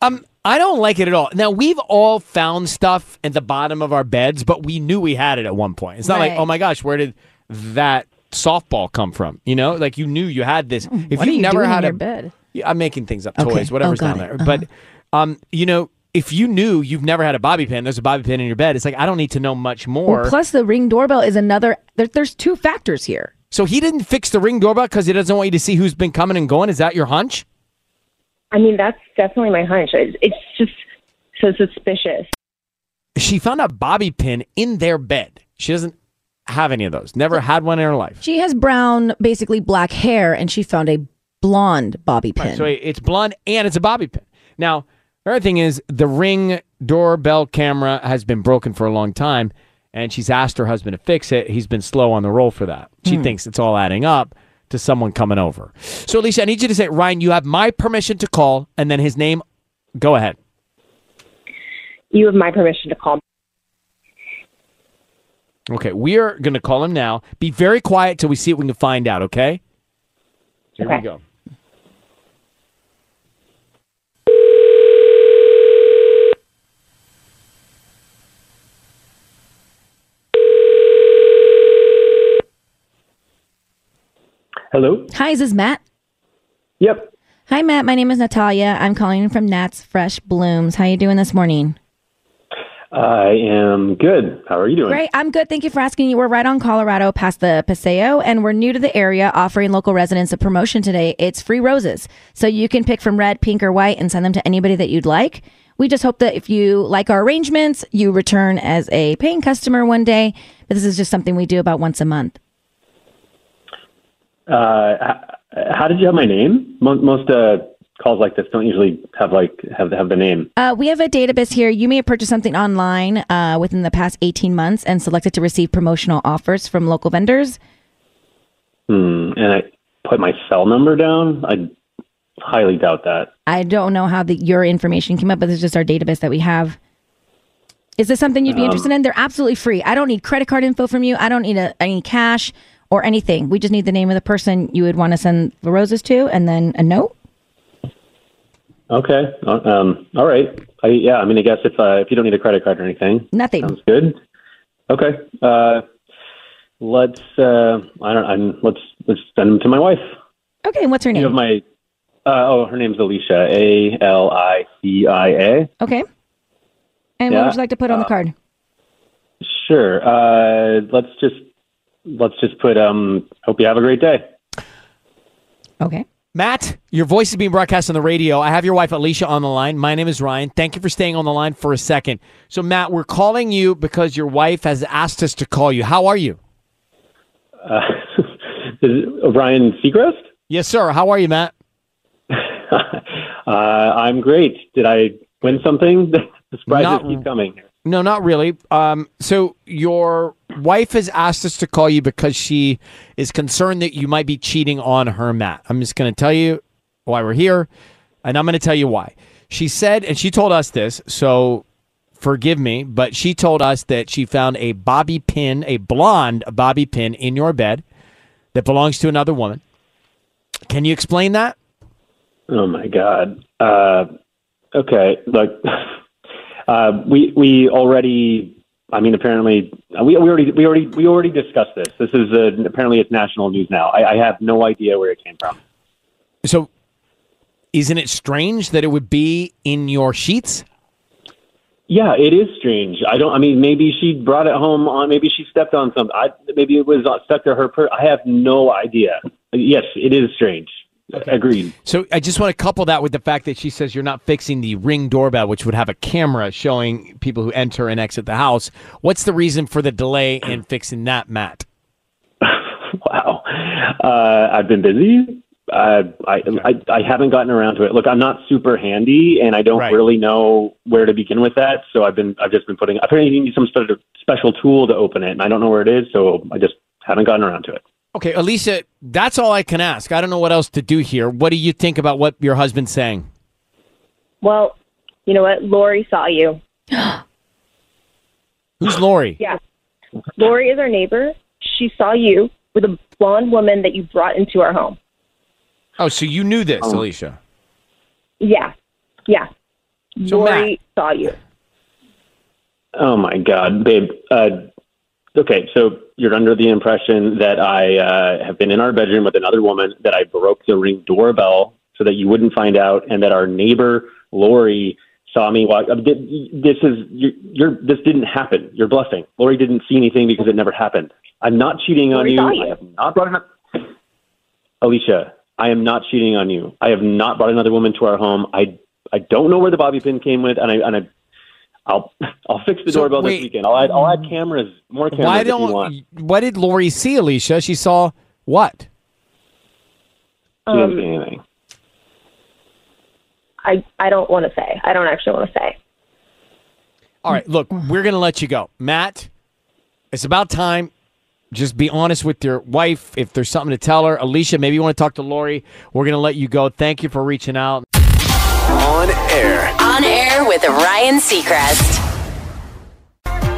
[SPEAKER 3] Um, I don't like it at all. Now we've all found stuff at the bottom of our beds, but we knew we had it at one point. It's not like,
[SPEAKER 10] Right.
[SPEAKER 3] oh my gosh, where did that softball come from? You know, like you knew you had this. If
[SPEAKER 10] Mm, what
[SPEAKER 3] you,
[SPEAKER 10] are you
[SPEAKER 3] never
[SPEAKER 10] doing in
[SPEAKER 3] had
[SPEAKER 10] your
[SPEAKER 3] a
[SPEAKER 4] bed,
[SPEAKER 3] Yeah, I'm making things up,
[SPEAKER 10] Okay.
[SPEAKER 3] toys,
[SPEAKER 10] Oh,
[SPEAKER 3] whatever's
[SPEAKER 10] got
[SPEAKER 3] down there.
[SPEAKER 10] it. Uh-huh.
[SPEAKER 3] But, um, you know, if you knew you've never had a bobby pin, there's a bobby pin in your bed. It's like I don't need to know much more.
[SPEAKER 4] Well, plus the ring doorbell is another. There, there's two factors here.
[SPEAKER 3] so he didn't fix the ring doorbell because he doesn't want you to see who's been coming and going. Is that your hunch?
[SPEAKER 9] I mean, that's definitely my hunch. It- It's just so suspicious.
[SPEAKER 3] She found a bobby pin in their bed. She doesn't have any of those. Never had one in her life.
[SPEAKER 4] She has brown, basically black hair, and she found a blonde bobby pin.
[SPEAKER 3] Right, so it's blonde and it's a bobby pin. Now, the other thing is the ring doorbell camera has been broken for a long time, and she's asked her husband to fix it. He's been slow on the roll for that. She
[SPEAKER 10] Hmm.
[SPEAKER 3] thinks it's all adding up to someone coming over. So, Alicia, I need you to say, Ryan, you have my permission to call, and then his name. Go ahead.
[SPEAKER 9] You have my permission to call.
[SPEAKER 3] Okay, we are going to call him now. Be very quiet till we see what we can find out. Okay. Here we
[SPEAKER 9] Okay.
[SPEAKER 3] go.
[SPEAKER 11] Hello.
[SPEAKER 4] Hi, is this Matt?
[SPEAKER 11] Yep.
[SPEAKER 4] Hi, Matt. My name is Natalia. I'm calling from Nat's Fresh Blooms. How you doing this morning?
[SPEAKER 11] I am good. Um, How are you doing?
[SPEAKER 4] Great. I'm good. Thank you for asking. You We're right on Colorado, past the Paseo, and we're new to the area, offering local residents a promotion today. It's free roses, so you can pick from red, pink, or white, and send them to anybody that you'd like. We just hope that if you like our arrangements, you return as a paying customer one day. But this is just something we do about once a month.
[SPEAKER 11] Uh, h- how did you have my name? Most, most uh, calls like this don't usually have like have have the name.
[SPEAKER 4] Uh, we have a database here. You may have purchased something online uh, within the past 18 months and selected to receive promotional offers from local vendors.
[SPEAKER 11] Hmm. And I put my cell number down. I highly doubt that.
[SPEAKER 4] I don't know how the, your information came up, but this is just our database that we have. Is this something you'd be
[SPEAKER 11] Um,
[SPEAKER 4] interested in? They're absolutely free. I don't need credit card info from you. I don't need a, any cash or anything. We just need the name of the person you would want to send the roses to, and then a note.
[SPEAKER 11] Okay. Uh, Um. All right. I, yeah. I mean, I guess if uh, if you don't need a credit card or anything,
[SPEAKER 4] Nothing.
[SPEAKER 3] Um,
[SPEAKER 11] sounds good. Okay. Uh, let's. Uh, I don't. I'm. Let's let's send them to my wife.
[SPEAKER 4] Okay. And what's her
[SPEAKER 11] You have
[SPEAKER 4] name?
[SPEAKER 11] my. Uh, oh, her name's Alicia. A L I C I A.
[SPEAKER 4] okay. And
[SPEAKER 11] Yeah,
[SPEAKER 4] what would you like to put on the
[SPEAKER 11] uh,
[SPEAKER 4] card?
[SPEAKER 11] Sure. Uh, let's just let's just put. Um, hope you have a great day.
[SPEAKER 4] Okay.
[SPEAKER 3] Matt, your voice is being broadcast on the radio. I have your wife Alicia on the line. My name is Ryan. Thank you for staying on the line for a second. So, Matt, we're calling you because your wife has asked us to call you. How are you?
[SPEAKER 11] Uh, is it Ryan Seacrest?
[SPEAKER 3] Yes, sir. How are you, Matt?
[SPEAKER 11] Uh, I'm great. Did I win something? the surprises
[SPEAKER 3] Not-
[SPEAKER 11] keep coming.
[SPEAKER 3] No, not really. Um, so, your wife has asked us to call you because she is concerned that you might be cheating on her, Matt. I'm just going to tell you why we're here, and I'm going to tell you why. She said, and she told us this, so forgive me, but she told us that she found a bobby pin, a blonde bobby pin in your bed that belongs to another woman. Can you explain that?
[SPEAKER 11] Oh my god. Uh, okay, like uh, we we already. I mean, apparently uh, we, we already we already we already discussed this. This is uh apparently it's national news now. I, I have no idea where it came from.
[SPEAKER 3] So, isn't it strange that it would be in your sheets?
[SPEAKER 11] Yeah, it is strange. I don't. I mean, maybe she brought it home on. Maybe she stepped on something. I, maybe it was uh, stuck to her. Per- I have no idea. Yes, it is strange. Agreed.
[SPEAKER 3] So I just want to couple that with the fact that she says you're not fixing the ring doorbell, which would have a camera showing people who enter and exit the house. What's the reason for the delay in fixing that, Matt?
[SPEAKER 11] Wow. Uh, I've been busy. Uh, I, I I haven't gotten around to it. Look, I'm not super handy, and I don't really know where to begin with that. So I've been I've just been putting. Apparently, you need some sort of special tool to open it, and I don't know where it is. So I just haven't gotten around to it.
[SPEAKER 3] Okay, Alicia, that's all I can ask. I don't know what else to do here. What do you think about what your husband's saying?
[SPEAKER 9] Well, you know what? Lori saw you.
[SPEAKER 3] Who's Lori?
[SPEAKER 9] Yeah. Lori is our neighbor. She saw you with a blonde woman that you brought into our home.
[SPEAKER 3] Oh, so you knew
[SPEAKER 11] Um,
[SPEAKER 3] this, Alicia.
[SPEAKER 9] Yeah. Yeah.
[SPEAKER 3] So,
[SPEAKER 9] Lori saw you.
[SPEAKER 11] Oh my God, babe. Uh, okay, so you're under the impression that I uh, have been in our bedroom with another woman, that I broke the ring doorbell so that you wouldn't find out, and that our neighbor Lori saw me walk. uh, th- This is you're, you're this didn't happen. You're bluffing. Lori didn't see anything because it never happened. I'm not cheating on
[SPEAKER 9] Lori
[SPEAKER 11] you.
[SPEAKER 9] saw you.
[SPEAKER 11] I have not brought another Alicia. I am not cheating on you. I have not brought another woman to our home. I I don't know where the bobby pin came with, and I and I. I'll I'll fix the
[SPEAKER 3] So,
[SPEAKER 11] doorbell
[SPEAKER 3] wait.
[SPEAKER 11] this weekend. I'll add I'll add cameras, more cameras
[SPEAKER 3] Why
[SPEAKER 11] if you
[SPEAKER 3] don't?
[SPEAKER 11] want.
[SPEAKER 3] What did Lori see, Alicia? She saw what?
[SPEAKER 11] She didn't
[SPEAKER 3] um,
[SPEAKER 11] see anything.
[SPEAKER 9] I, I don't want to say. I don't actually want to say.
[SPEAKER 3] All right, look, we're going to let you go. Matt, it's about time. Just be honest with your wife if there's something to tell her. Alicia, maybe you want to talk to Lori. We're going to let you go. Thank you for reaching out.
[SPEAKER 6] On air.
[SPEAKER 2] On air with Ryan Seacrest.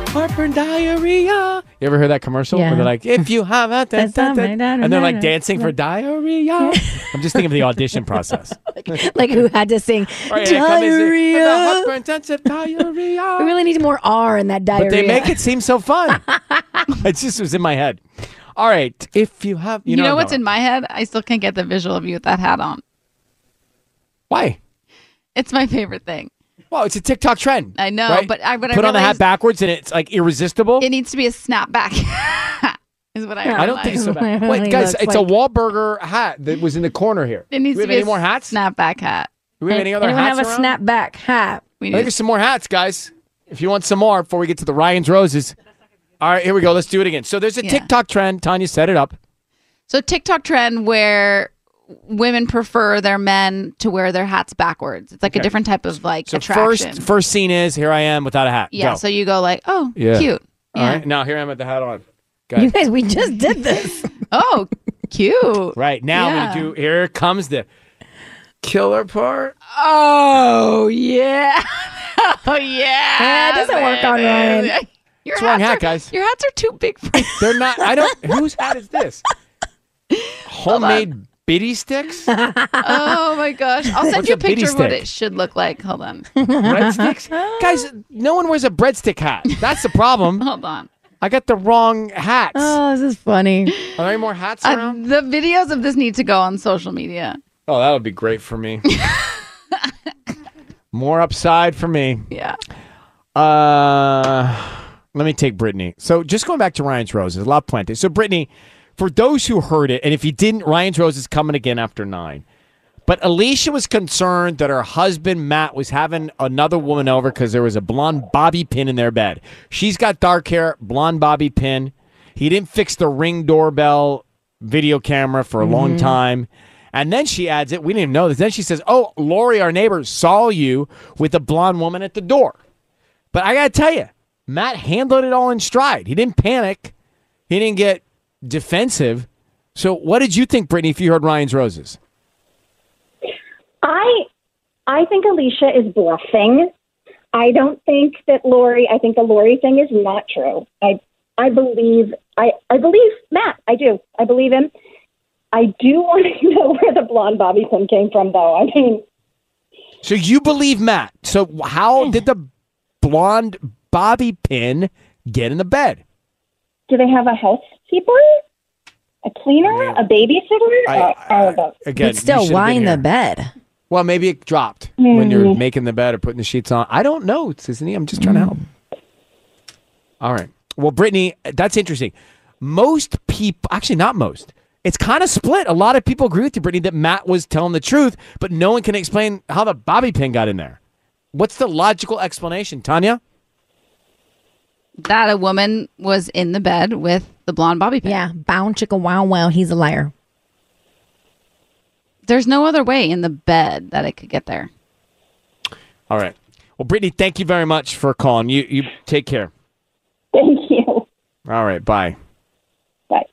[SPEAKER 3] Heartburn diarrhea. You ever hear that commercial where
[SPEAKER 2] Yeah.
[SPEAKER 3] they're like, if you have a,
[SPEAKER 2] That's not my diarrhea.
[SPEAKER 3] and they're like dancing for diarrhea? I'm just thinking of the audition process.
[SPEAKER 4] like who had to sing
[SPEAKER 3] Right, yeah, come and sing.
[SPEAKER 4] diarrhea.
[SPEAKER 3] The heartburn sense of diarrhea.
[SPEAKER 4] We really need more R in that diarrhea.
[SPEAKER 3] But they make it seem so fun. it just was in my head. All right. If you have,
[SPEAKER 5] You,
[SPEAKER 3] you,
[SPEAKER 5] know,
[SPEAKER 3] I'm
[SPEAKER 5] what's
[SPEAKER 3] going.
[SPEAKER 5] in my head? I still can't get the visual of you with that hat on.
[SPEAKER 3] Why?
[SPEAKER 5] It's my favorite thing.
[SPEAKER 3] Well, it's a TikTok trend.
[SPEAKER 5] I know,
[SPEAKER 3] right?
[SPEAKER 5] but I when
[SPEAKER 3] put
[SPEAKER 5] I
[SPEAKER 3] on the hat
[SPEAKER 5] realized
[SPEAKER 3] backwards and it's like irresistible.
[SPEAKER 5] it needs to be a snapback. is what I realized.
[SPEAKER 3] I don't think so. Bad.
[SPEAKER 5] It
[SPEAKER 3] Wait, guys,
[SPEAKER 5] looks
[SPEAKER 3] it's a
[SPEAKER 5] like-
[SPEAKER 3] Wahlburger hat that was in the corner here.
[SPEAKER 5] needs
[SPEAKER 3] Do we
[SPEAKER 5] to be
[SPEAKER 3] have
[SPEAKER 5] a
[SPEAKER 3] any more hats?
[SPEAKER 5] Snapback hat.
[SPEAKER 3] Do we have any other
[SPEAKER 4] Anyone
[SPEAKER 3] hats
[SPEAKER 4] have a
[SPEAKER 3] around?
[SPEAKER 4] snapback hat?
[SPEAKER 3] I think there's some more hats, guys. If you want some more before we get to the Ryan's Roses. All right, here we go. Let's do it again. So there's a
[SPEAKER 5] Yeah.
[SPEAKER 3] TikTok trend. Tanya set it up.
[SPEAKER 5] So TikTok trend where women prefer their men to wear their hats backwards. It's like a
[SPEAKER 3] Okay.
[SPEAKER 5] different type of like
[SPEAKER 3] So
[SPEAKER 5] attraction.
[SPEAKER 3] first first scene is here I am without a hat.
[SPEAKER 5] yeah.
[SPEAKER 3] Go.
[SPEAKER 5] So you go like, oh,
[SPEAKER 3] Yeah.
[SPEAKER 5] cute.
[SPEAKER 3] All
[SPEAKER 5] yeah.
[SPEAKER 3] right, now here I am with the hat on. Go
[SPEAKER 4] You
[SPEAKER 3] ahead.
[SPEAKER 4] guys, we just did this.
[SPEAKER 5] oh, cute.
[SPEAKER 3] Right now
[SPEAKER 5] Yeah.
[SPEAKER 3] we do. Here comes the killer part.
[SPEAKER 5] Oh yeah. oh yeah.
[SPEAKER 4] it doesn't work on Ryan.
[SPEAKER 5] Your
[SPEAKER 3] It's wrong
[SPEAKER 5] hats
[SPEAKER 3] hat,
[SPEAKER 5] are-
[SPEAKER 3] guys.
[SPEAKER 5] Your hats are too big for
[SPEAKER 3] They're not. I don't. whose hat is this? Homemade biddy sticks.
[SPEAKER 5] Oh my gosh. I'll send
[SPEAKER 3] What's
[SPEAKER 5] you a
[SPEAKER 3] a bitty
[SPEAKER 5] picture of what
[SPEAKER 3] stick?
[SPEAKER 5] it should look like. Hold on.
[SPEAKER 3] breadsticks? Guys, no one wears a breadstick hat. That's the problem.
[SPEAKER 5] Hold on.
[SPEAKER 3] I got the wrong hats.
[SPEAKER 4] Oh, this is funny.
[SPEAKER 3] Are there any more hats
[SPEAKER 5] Uh,
[SPEAKER 3] around?
[SPEAKER 5] the videos of this need to go on social media.
[SPEAKER 3] Oh, that would be great for me. more upside for me.
[SPEAKER 5] Yeah.
[SPEAKER 3] Uh, let me take Brittany. So just going back to Ryan's Roses, La Puente. So Brittany, for those who heard it, and if you didn't, Ryan's Roses coming again after nine. But Alicia was concerned that her husband Matt was having another woman over because there was a blonde bobby pin in their bed. She's got dark hair, blonde bobby pin. He didn't fix the ring doorbell video camera for a long
[SPEAKER 10] Mhm.
[SPEAKER 3] time. And then she adds it. We didn't even know this. Then she says, Oh, Lori, our neighbor, saw you with a blonde woman at the door. But I got to tell you, Matt handled it all in stride. He didn't panic, he didn't get defensive. So, what did you think, Brittany, if you heard Ryan's roses?
[SPEAKER 12] I I think Alicia is bluffing. I don't think that Lori. I think the Lori thing is not true. I I believe I I believe Matt. I do. I believe him. I do want to know where the blonde bobby pin came from, though. I mean,
[SPEAKER 3] So, you believe Matt. So, how did the blonde bobby pin get in the bed?
[SPEAKER 12] do they have a housekeeper, a cleaner, a babysitter?
[SPEAKER 3] I-
[SPEAKER 12] Uh, all of those.
[SPEAKER 3] Again,
[SPEAKER 4] But still,
[SPEAKER 3] you should have
[SPEAKER 4] why
[SPEAKER 3] been
[SPEAKER 4] in the
[SPEAKER 3] here.
[SPEAKER 4] bed?
[SPEAKER 3] Well, maybe it dropped when you're
[SPEAKER 4] Mm.
[SPEAKER 3] making the bed or putting the sheets on. I don't know, Sisney. I'm just trying to help. All right. Well, Brittany, that's interesting. Most people, actually, not most, it's kind of split. A lot of people agree with you, Brittany, that Matt was telling the truth, but no one can explain how the bobby pin got in there. What's the logical explanation, Tanya?
[SPEAKER 5] That a woman was in the bed with the blonde bobby pin.
[SPEAKER 4] Yeah, bound chicka wow wow. He's a liar.
[SPEAKER 5] There's no other way in the bed that it could get there.
[SPEAKER 3] All right. Well, Brittany, thank you very much for calling. You, you take care.
[SPEAKER 12] Thank you.
[SPEAKER 3] All right, bye.
[SPEAKER 12] Bye.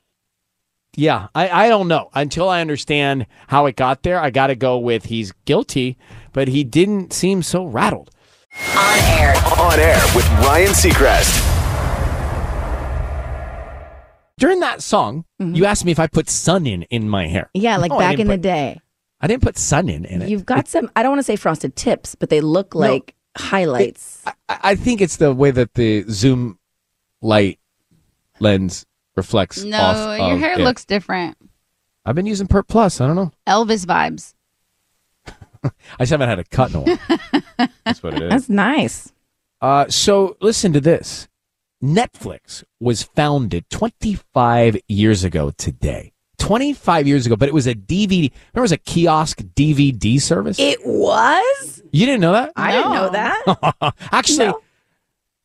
[SPEAKER 3] Yeah, I, I don't know. Until I understand how it got there, I got to go with he's guilty, but he didn't seem so rattled.
[SPEAKER 6] On air with Ryan Seacrest.
[SPEAKER 3] During that song,
[SPEAKER 5] Mm-hmm.
[SPEAKER 3] you asked me if I put sun in in my hair.
[SPEAKER 4] Yeah, like
[SPEAKER 3] No, Oh, I
[SPEAKER 4] back
[SPEAKER 3] didn't
[SPEAKER 4] in the
[SPEAKER 3] put-
[SPEAKER 4] day.
[SPEAKER 3] I didn't put sun in in it.
[SPEAKER 4] You've got some, I don't want to say frosted tips, but they look
[SPEAKER 3] No.
[SPEAKER 4] like highlights.
[SPEAKER 10] I I think it's the way that the zoom light lens reflects off
[SPEAKER 5] No, your
[SPEAKER 10] of
[SPEAKER 5] hair
[SPEAKER 10] it.
[SPEAKER 5] looks different.
[SPEAKER 3] I've been using Pert Plus. I don't know.
[SPEAKER 5] Elvis vibes.
[SPEAKER 3] I just haven't had a cut in a while. That's what it
[SPEAKER 4] That's nice.
[SPEAKER 3] Uh, so listen to this. Netflix was founded 25 years ago today. 25 years ago, but it was a DVD. Remember, it was a kiosk DVD service.
[SPEAKER 4] It was?
[SPEAKER 3] You didn't know that?
[SPEAKER 4] I didn't know that.
[SPEAKER 3] Actually,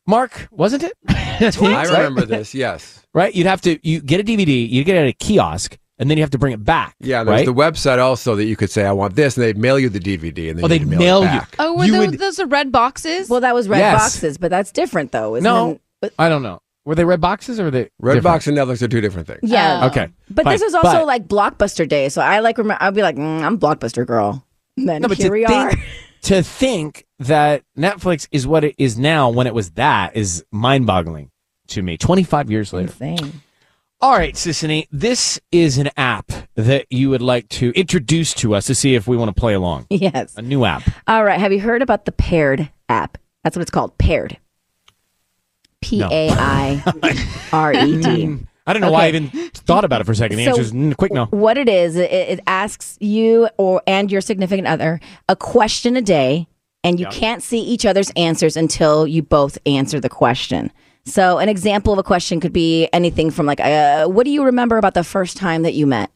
[SPEAKER 3] Mark, wasn't it?
[SPEAKER 10] I remember this. Yes.
[SPEAKER 3] Right? You'd have to you get a DVD, you get it at a kiosk, and then you have to bring it back.
[SPEAKER 13] Yeah, there's
[SPEAKER 3] right?
[SPEAKER 13] the website also that you could say, I want this, and they mail you the DVD, and then you
[SPEAKER 3] Oh, they
[SPEAKER 13] have to
[SPEAKER 3] mail
[SPEAKER 13] mail
[SPEAKER 3] you.
[SPEAKER 13] it back.
[SPEAKER 5] Oh, were
[SPEAKER 3] You
[SPEAKER 5] those,
[SPEAKER 3] would-
[SPEAKER 5] those the red boxes?
[SPEAKER 4] Well, that was red
[SPEAKER 13] Yes.
[SPEAKER 4] boxes, but that's different though, isn't
[SPEAKER 3] No.
[SPEAKER 4] it? But,
[SPEAKER 3] I don't know. Were they red boxes or were they
[SPEAKER 13] Redbox box and Netflix are two different things.
[SPEAKER 5] oh.
[SPEAKER 4] yeah.
[SPEAKER 3] Okay.
[SPEAKER 4] But this
[SPEAKER 3] Fine.
[SPEAKER 4] was also
[SPEAKER 3] But-
[SPEAKER 4] like Blockbuster Day. So I like, remember, I'd be like, mm, I'm Blockbuster Girl. And then
[SPEAKER 3] No, but
[SPEAKER 4] here
[SPEAKER 3] to
[SPEAKER 4] we are.
[SPEAKER 3] think, to think that Netflix is what it is now when it was that is mind boggling to me 25 years later.
[SPEAKER 4] Insane.
[SPEAKER 3] All right, Sissany, this is an app that you would like to introduce to us to see if we want to play along.
[SPEAKER 4] Yes.
[SPEAKER 3] A new app.
[SPEAKER 4] All right. Have you heard about the Paired app? That's what it's called. Paired. P A I R E D.
[SPEAKER 3] I don't know why I even thought about it for a second. The
[SPEAKER 4] So-
[SPEAKER 3] answer is mm, quick no.
[SPEAKER 4] What it is, it, it asks you or and your significant other a question a day, and you
[SPEAKER 14] Yeah.
[SPEAKER 4] can't see each other's answers until you both answer the question. So, an example of a question could be anything from like, uh, "What do you remember about the first time that you met?"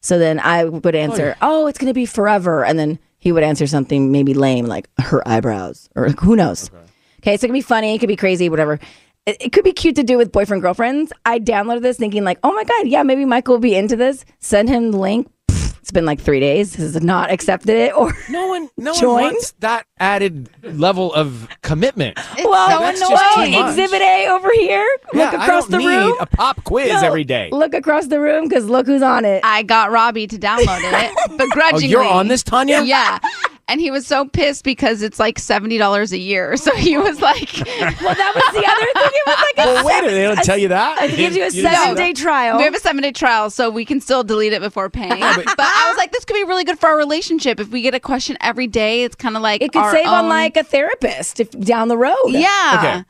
[SPEAKER 4] So then I would answer, "Oh, it's gonna be forever," and then he would answer something maybe lame like her eyebrows or like, who knows. Okay. so it could be funny, it could be crazy, whatever. It, it could be cute to do with boyfriend girlfriends. I downloaded this thinking like, oh my god, yeah, maybe Michael will be into this. Send him the link. Pfft, it's been like three days. Has not accepted it or
[SPEAKER 3] no one, no
[SPEAKER 4] joined.
[SPEAKER 3] one wants that added level of commitment.
[SPEAKER 4] well,
[SPEAKER 3] That's just
[SPEAKER 4] well,
[SPEAKER 3] too much.
[SPEAKER 4] exhibit A over here.
[SPEAKER 3] Yeah,
[SPEAKER 4] look
[SPEAKER 3] I
[SPEAKER 4] across
[SPEAKER 3] don't
[SPEAKER 4] the
[SPEAKER 3] need
[SPEAKER 4] room.
[SPEAKER 3] a pop quiz
[SPEAKER 4] No,
[SPEAKER 3] every day.
[SPEAKER 4] Look across the room because look who's on it.
[SPEAKER 5] I got Robbie to download it begrudgingly.
[SPEAKER 3] Oh, you're on this, Tanya?
[SPEAKER 5] Yeah. And he was so pissed because it's like seventy dollars a year. So he was like,
[SPEAKER 4] "Well, that was the other thing. It was like
[SPEAKER 3] Well, wait a minute. They don't tell you that.
[SPEAKER 4] It gives you a seven-day trial.
[SPEAKER 5] We have a seven-day trial, so we can still delete it before paying. but, I was like, this could be really good for our relationship if we get a question every day. It's kind of like
[SPEAKER 4] It could
[SPEAKER 5] our
[SPEAKER 4] save on
[SPEAKER 5] own-
[SPEAKER 4] like a therapist if down the road.
[SPEAKER 5] yeah.
[SPEAKER 3] Okay.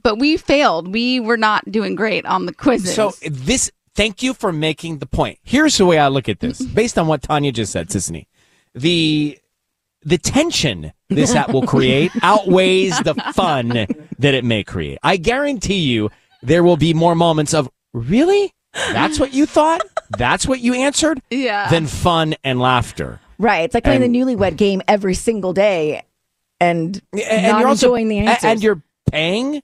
[SPEAKER 5] But we failed. We were not doing great on the quizzes.
[SPEAKER 3] So this, thank you for making the point. Here's the way I look at this,
[SPEAKER 4] Mm-hmm.
[SPEAKER 3] based on what Tanya just said, Sisney. The the tension this app will create outweighs the fun that it may create. I guarantee you, there will be more moments of really. That's what you thought. That's what you answered.
[SPEAKER 5] Yeah.
[SPEAKER 3] Than fun and laughter.
[SPEAKER 4] Right. It's like playing
[SPEAKER 3] And-
[SPEAKER 4] the newlywed game every single day and, not enjoying the
[SPEAKER 3] a-
[SPEAKER 4] answers.
[SPEAKER 3] and you're paying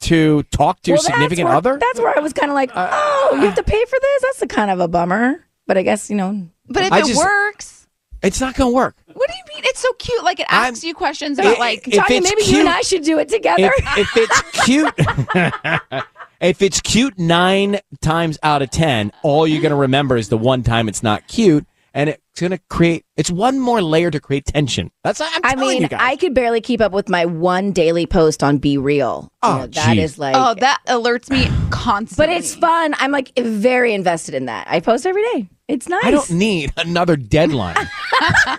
[SPEAKER 3] to talk to your
[SPEAKER 4] Well, that's
[SPEAKER 3] significant
[SPEAKER 4] where-
[SPEAKER 3] other. Uh,
[SPEAKER 4] That's where I was kind of like, oh, you have to pay for this? That's a kind of a bummer. But I guess, you know.
[SPEAKER 5] But if
[SPEAKER 3] I
[SPEAKER 5] it
[SPEAKER 3] just-
[SPEAKER 5] works,
[SPEAKER 3] It's not going to work.
[SPEAKER 5] what do you mean? It's so cute. Like it asks you questions
[SPEAKER 3] I-
[SPEAKER 5] about like
[SPEAKER 3] if Tanya, it's maybe you and cute- I
[SPEAKER 4] should do it
[SPEAKER 3] If, if it's cute, if it's cute nine times out of ten, all you're going to remember is the one time it's not cute, and it's going to create. It's one more layer to create tension. That's I'm
[SPEAKER 4] I
[SPEAKER 3] telling
[SPEAKER 4] mean,
[SPEAKER 3] you guys.
[SPEAKER 4] I could barely keep up with my one daily post on Be Real. You
[SPEAKER 3] Oh,
[SPEAKER 4] know, that
[SPEAKER 3] gee.
[SPEAKER 4] is like
[SPEAKER 5] Oh, that alerts me constantly.
[SPEAKER 4] But it's fun. I'm like very invested in that. I post every day. It's nice.
[SPEAKER 3] I don't need another deadline.
[SPEAKER 4] That's what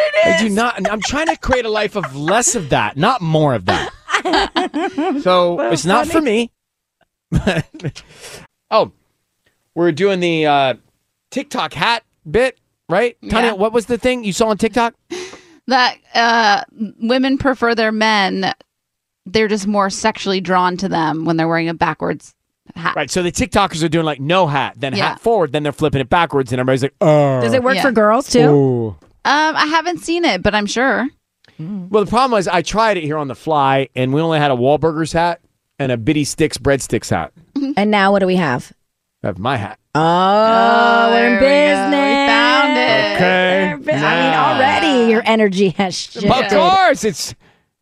[SPEAKER 4] it is.
[SPEAKER 3] I do not. I'm trying to create a life of less of that, not more of that. So it's not for me. oh, we're doing the uh, TikTok hat bit, right? Tanya, what was the thing you saw on TikTok?
[SPEAKER 5] that uh, women prefer their men. They're just more sexually drawn to them when they're wearing a backwards hat.
[SPEAKER 3] Right. So the TikTokers are doing like no hat, then
[SPEAKER 5] Yeah.
[SPEAKER 3] hat forward, then they're flipping it backwards, and everybody's like, oh.
[SPEAKER 5] Does it work Yeah. for girls, too?
[SPEAKER 3] Ooh.
[SPEAKER 5] Um, I haven't seen it, but I'm sure.
[SPEAKER 3] Well, the problem was I tried it here on the fly, and we only had a Wahlburgers hat and a Biddy Sticks breadsticks hat.
[SPEAKER 4] And now what do we have?
[SPEAKER 3] I have my hat.
[SPEAKER 4] Oh, we're in business. found it.
[SPEAKER 3] Okay. now.
[SPEAKER 4] Already, your energy has shifted.
[SPEAKER 3] Of course, it's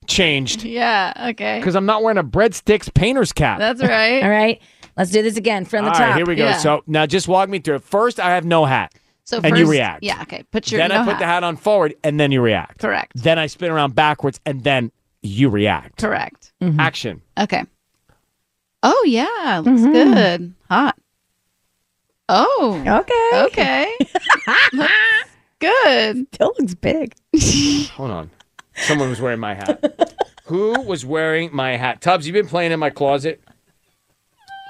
[SPEAKER 3] changed
[SPEAKER 5] Yeah. Okay.
[SPEAKER 3] because I'm not wearing a breadsticks painter's cap.
[SPEAKER 5] right.
[SPEAKER 4] All right. Let's do this again from the
[SPEAKER 3] All
[SPEAKER 4] top.
[SPEAKER 3] right, here we go. So now just walk me through it. First, I have no hat. and you react.
[SPEAKER 5] Yeah. Okay. Put your
[SPEAKER 3] then I
[SPEAKER 5] no
[SPEAKER 3] put the hat on forward, and then you react.
[SPEAKER 5] Correct.
[SPEAKER 3] Then I spin around backwards, and then you react.
[SPEAKER 5] Correct.
[SPEAKER 3] Action.
[SPEAKER 5] Okay. Oh yeah, looks
[SPEAKER 3] Mm-hmm.
[SPEAKER 5] good. Hot. Oh.
[SPEAKER 4] Okay.
[SPEAKER 5] Okay. Looks good.
[SPEAKER 4] Still looks big.
[SPEAKER 3] Hold on. Someone was wearing my hat. Who was wearing my hat? Tubbs, you been playing in my closet?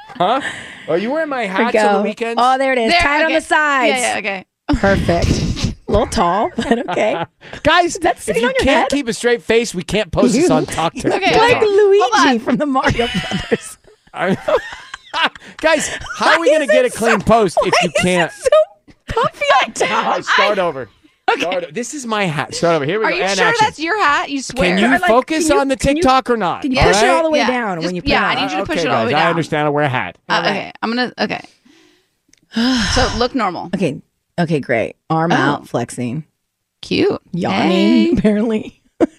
[SPEAKER 3] Huh? Are you wearing my
[SPEAKER 4] Here we
[SPEAKER 3] hats on
[SPEAKER 4] go.
[SPEAKER 3] the weekends?
[SPEAKER 5] Uh,
[SPEAKER 4] Oh, there it is.
[SPEAKER 5] There,
[SPEAKER 4] Tied on
[SPEAKER 5] okay.
[SPEAKER 4] the sides.
[SPEAKER 5] Yeah, yeah, okay.
[SPEAKER 4] Perfect. A little tall, but okay.
[SPEAKER 3] Guys,
[SPEAKER 4] that's
[SPEAKER 3] if
[SPEAKER 4] sitting
[SPEAKER 3] you
[SPEAKER 4] on your head.
[SPEAKER 3] can't keep a straight face, we can't post this on Talk to
[SPEAKER 4] Like
[SPEAKER 3] TikTok.
[SPEAKER 4] Luigi from the Mario Brothers.
[SPEAKER 3] I- Guys, how are we going to get a clean post if you can't?
[SPEAKER 4] Comfy on top.
[SPEAKER 3] Ah, start over. Start o- This is my hat. Start over. Here we
[SPEAKER 5] Are
[SPEAKER 3] go.
[SPEAKER 5] you
[SPEAKER 3] and
[SPEAKER 5] sure
[SPEAKER 3] action.
[SPEAKER 5] that's your hat? You swear.
[SPEAKER 3] Can you focus on the TikTok or not? Oh,
[SPEAKER 5] can you push it all the way Yeah.
[SPEAKER 4] down
[SPEAKER 5] Just- when you put yeah, it I on. need you to push
[SPEAKER 3] okay,
[SPEAKER 5] it all the
[SPEAKER 3] guys,
[SPEAKER 5] way
[SPEAKER 3] I
[SPEAKER 5] down.
[SPEAKER 3] understand. I wear a hat.
[SPEAKER 5] Uh, okay. I'm gonna. Okay. so look normal.
[SPEAKER 4] Okay. Okay, great. Arm
[SPEAKER 5] Oh.
[SPEAKER 4] out, flexing.
[SPEAKER 5] Cute.
[SPEAKER 4] Yawning,
[SPEAKER 5] Hey.
[SPEAKER 4] apparently. Mm.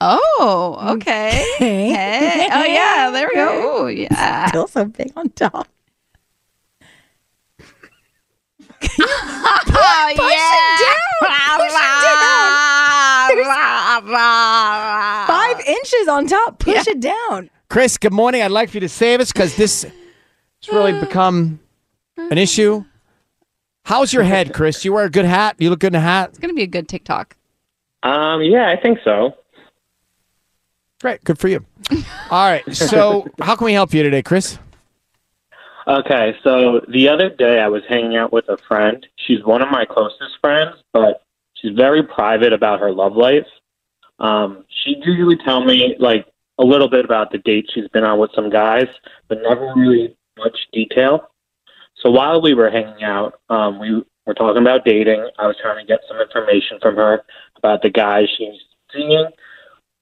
[SPEAKER 5] Oh. Okay. Hey. Oh yeah. There we go. Ooh, yeah.
[SPEAKER 4] Still so big on top.
[SPEAKER 5] Oh yeah.
[SPEAKER 4] Five
[SPEAKER 5] Ah.
[SPEAKER 4] inches on top. Push it down.
[SPEAKER 3] Chris, good morning. I'd like for you to save us because this has really become an issue. How's your head, Chris? You wear a good hat. You look good in a hat.
[SPEAKER 5] It's gonna be a good TikTok.
[SPEAKER 14] Um, yeah, I think so.
[SPEAKER 3] Great. Good for you. All right. So, how can we help you today, Chris?
[SPEAKER 14] Okay, so the other day I was hanging out with a friend. She's one of my closest friends, but she's very private about her love life. Um, she'd usually tell me like a little bit about the dates she's been on with some guys, but never really much detail. So while we were hanging out, um, we were talking about dating. I was trying to get some information from her about the guys she's seeing,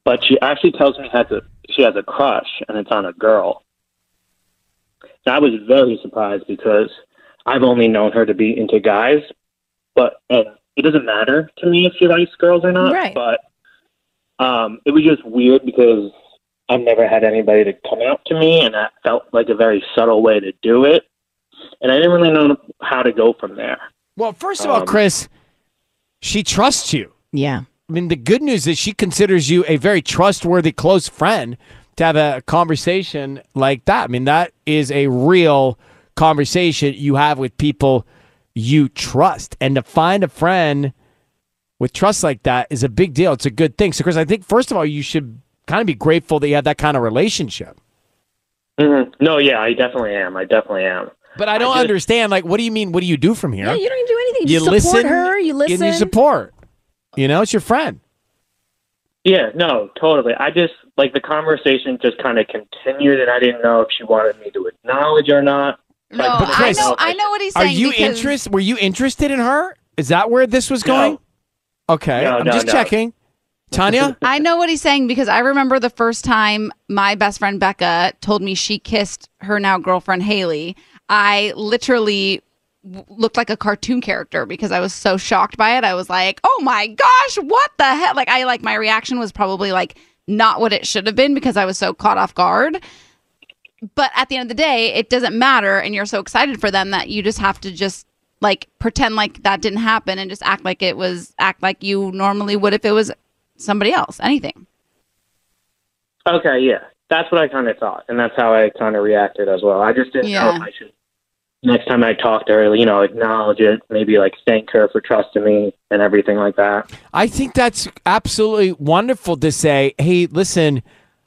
[SPEAKER 14] but she actually tells me has a she has a crush and it's on a girl. And I was very surprised because I've only known her to be into guys, but and it doesn't matter to me if she likes girls or not.
[SPEAKER 4] Right.
[SPEAKER 14] But um, it was just weird because I've never had anybody to come out to me, and that felt like a very subtle way to do it. And I didn't really know how to go from there.
[SPEAKER 3] Well, first of all,
[SPEAKER 14] Um,
[SPEAKER 3] Chris, she trusts you.
[SPEAKER 4] Yeah.
[SPEAKER 3] I mean, the good news is she considers you a very trustworthy, close friend to have a conversation like that. I mean, that is a real conversation you have with people you trust. And to find a friend with trust like that is a big deal. It's a good thing. So, Chris, I think, first of all, you should kind of be grateful that you have that kind of relationship.
[SPEAKER 14] Mhm. No, yeah, I definitely am. I definitely am.
[SPEAKER 3] But I don't understand. Like, what do you mean? What do you do from here?
[SPEAKER 4] Yeah, you don't even do anything.
[SPEAKER 3] You
[SPEAKER 4] You, just support her. You listen.
[SPEAKER 3] And you support. You know, it's your friend.
[SPEAKER 14] Yeah, no, totally. I just like the conversation just kind of continued, and I didn't know if she wanted me to acknowledge or not.
[SPEAKER 5] No,
[SPEAKER 3] But Chris,
[SPEAKER 5] I know. I know what he's
[SPEAKER 3] Are
[SPEAKER 5] saying.
[SPEAKER 3] you
[SPEAKER 5] because-
[SPEAKER 3] interest? Were you interested in her? Is that where this was going? Okay,
[SPEAKER 14] No,
[SPEAKER 3] I'm
[SPEAKER 14] no,
[SPEAKER 3] just
[SPEAKER 14] no.
[SPEAKER 3] checking. Tanya,
[SPEAKER 5] I know what he's saying because I remember the first time my best friend Becca told me she kissed her now girlfriend Haley. I literally w- looked like a cartoon character because I was so shocked by it. I was like, "Oh my gosh, what the heck?" Like I like my reaction was probably like not what it should have been because I was so caught off guard. But at the end of the day, it doesn't matter and you're so excited for them that you just have to just like pretend like that didn't happen and just act like it was act like you normally would if it was somebody else, anything.
[SPEAKER 14] Okay, yeah. That's what I kind of thought, and that's how I kind of reacted as well. I just didn't know if I should. Next time I talk to her, you know, acknowledge it, maybe like thank her for trusting me and everything like that.
[SPEAKER 3] I think that's absolutely wonderful to say, hey, listen,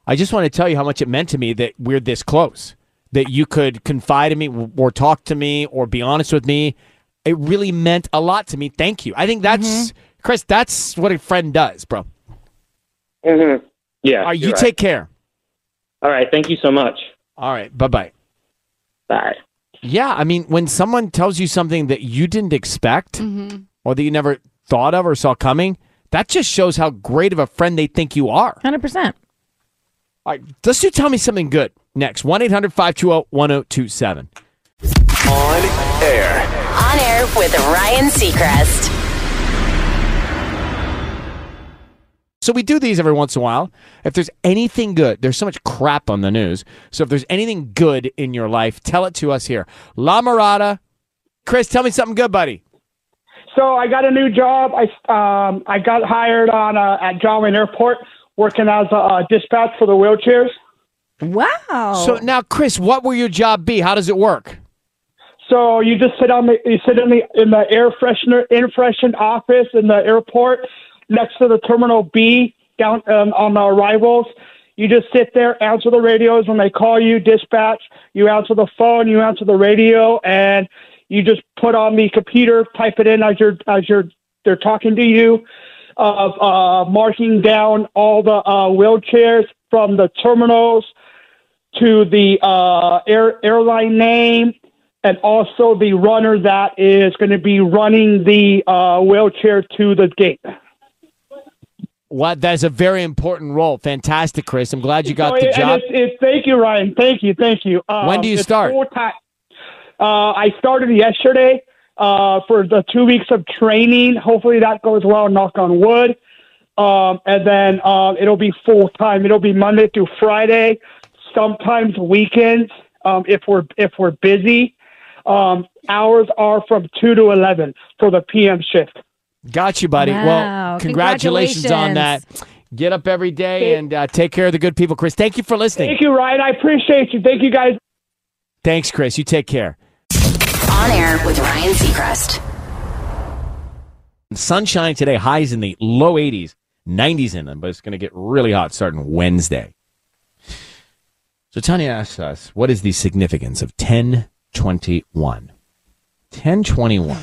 [SPEAKER 3] I just want to tell you how much it meant to me that we're this close, that you could confide in me w- or talk to me or be honest with me. It really meant a lot to me. Thank you. I think that's,
[SPEAKER 5] Mm-hmm.
[SPEAKER 3] Chris, that's what a friend does, bro.
[SPEAKER 14] Mm-hmm. Yeah.
[SPEAKER 3] All right,
[SPEAKER 14] you're
[SPEAKER 3] you
[SPEAKER 14] right.
[SPEAKER 3] take care.
[SPEAKER 14] All right. Thank you so much.
[SPEAKER 3] All right. Bye bye.
[SPEAKER 14] Bye.
[SPEAKER 3] Yeah. I mean, when someone tells you something that you didn't expect or that you never thought of or saw coming, that just shows how great of a friend they think you are.
[SPEAKER 4] 100%.
[SPEAKER 3] All right. Let's do Tell Me Something Good next 1 800 520 1027.
[SPEAKER 6] On air.
[SPEAKER 2] On air with Ryan Seacrest.
[SPEAKER 3] So we do these every once in a while. If there's anything good, there's so much crap on the news. So if there's anything good in your life, tell it to us here. La Mirada. Chris, tell me something good, buddy.
[SPEAKER 15] So I got a new job. I um, I got hired on uh, at John Wayne Airport, working as a uh, dispatch for the wheelchairs.
[SPEAKER 4] Wow.
[SPEAKER 3] So now, Chris, what will your job be? How does it work?
[SPEAKER 15] So you just sit on the you sit in the in the air freshener air freshened office in the airport next to the terminal B down um, on the arrivals. You just sit there, answer the radios when they call you, dispatch. You answer the phone, you answer the radio, and you just put on the computer, type it in as you're as you're they're talking to you, of uh, marking down all the uh, wheelchairs from the terminals to the uh, air, airline name and also the runner that is going to be running the uh, wheelchair to the gate.
[SPEAKER 3] What? That is a very important role. Fantastic, Chris. I'm glad you got the
[SPEAKER 15] So it- Oh, and
[SPEAKER 3] job.
[SPEAKER 15] it's- it's- thank you, Ryan. Thank you. Thank you. Um,
[SPEAKER 3] When do you
[SPEAKER 15] it's
[SPEAKER 3] start?
[SPEAKER 15] full-time. Uh, I started yesterday uh, for the two weeks of training. Hopefully that goes well, knock on wood. Um, and then uh, it'll be full time. It'll be Monday through Friday, sometimes weekends um, if we're if we're busy. Um, hours are from two to eleven for the PM shift.
[SPEAKER 3] Got you, buddy.
[SPEAKER 15] Wow,
[SPEAKER 3] Well, congratulations, on that. Get up every day and uh, take care of the good people, Chris. Thank you for listening.
[SPEAKER 15] Thank you, Ryan. I appreciate you. Thank you, guys.
[SPEAKER 3] Thanks, Chris. You take care.
[SPEAKER 2] On air with Ryan Seacrest.
[SPEAKER 3] Sunshine today, highs in the low 80s, 90s in them, but it's going to get really hot starting Wednesday. So Tanya asks us, what is the significance of 1021? 1021.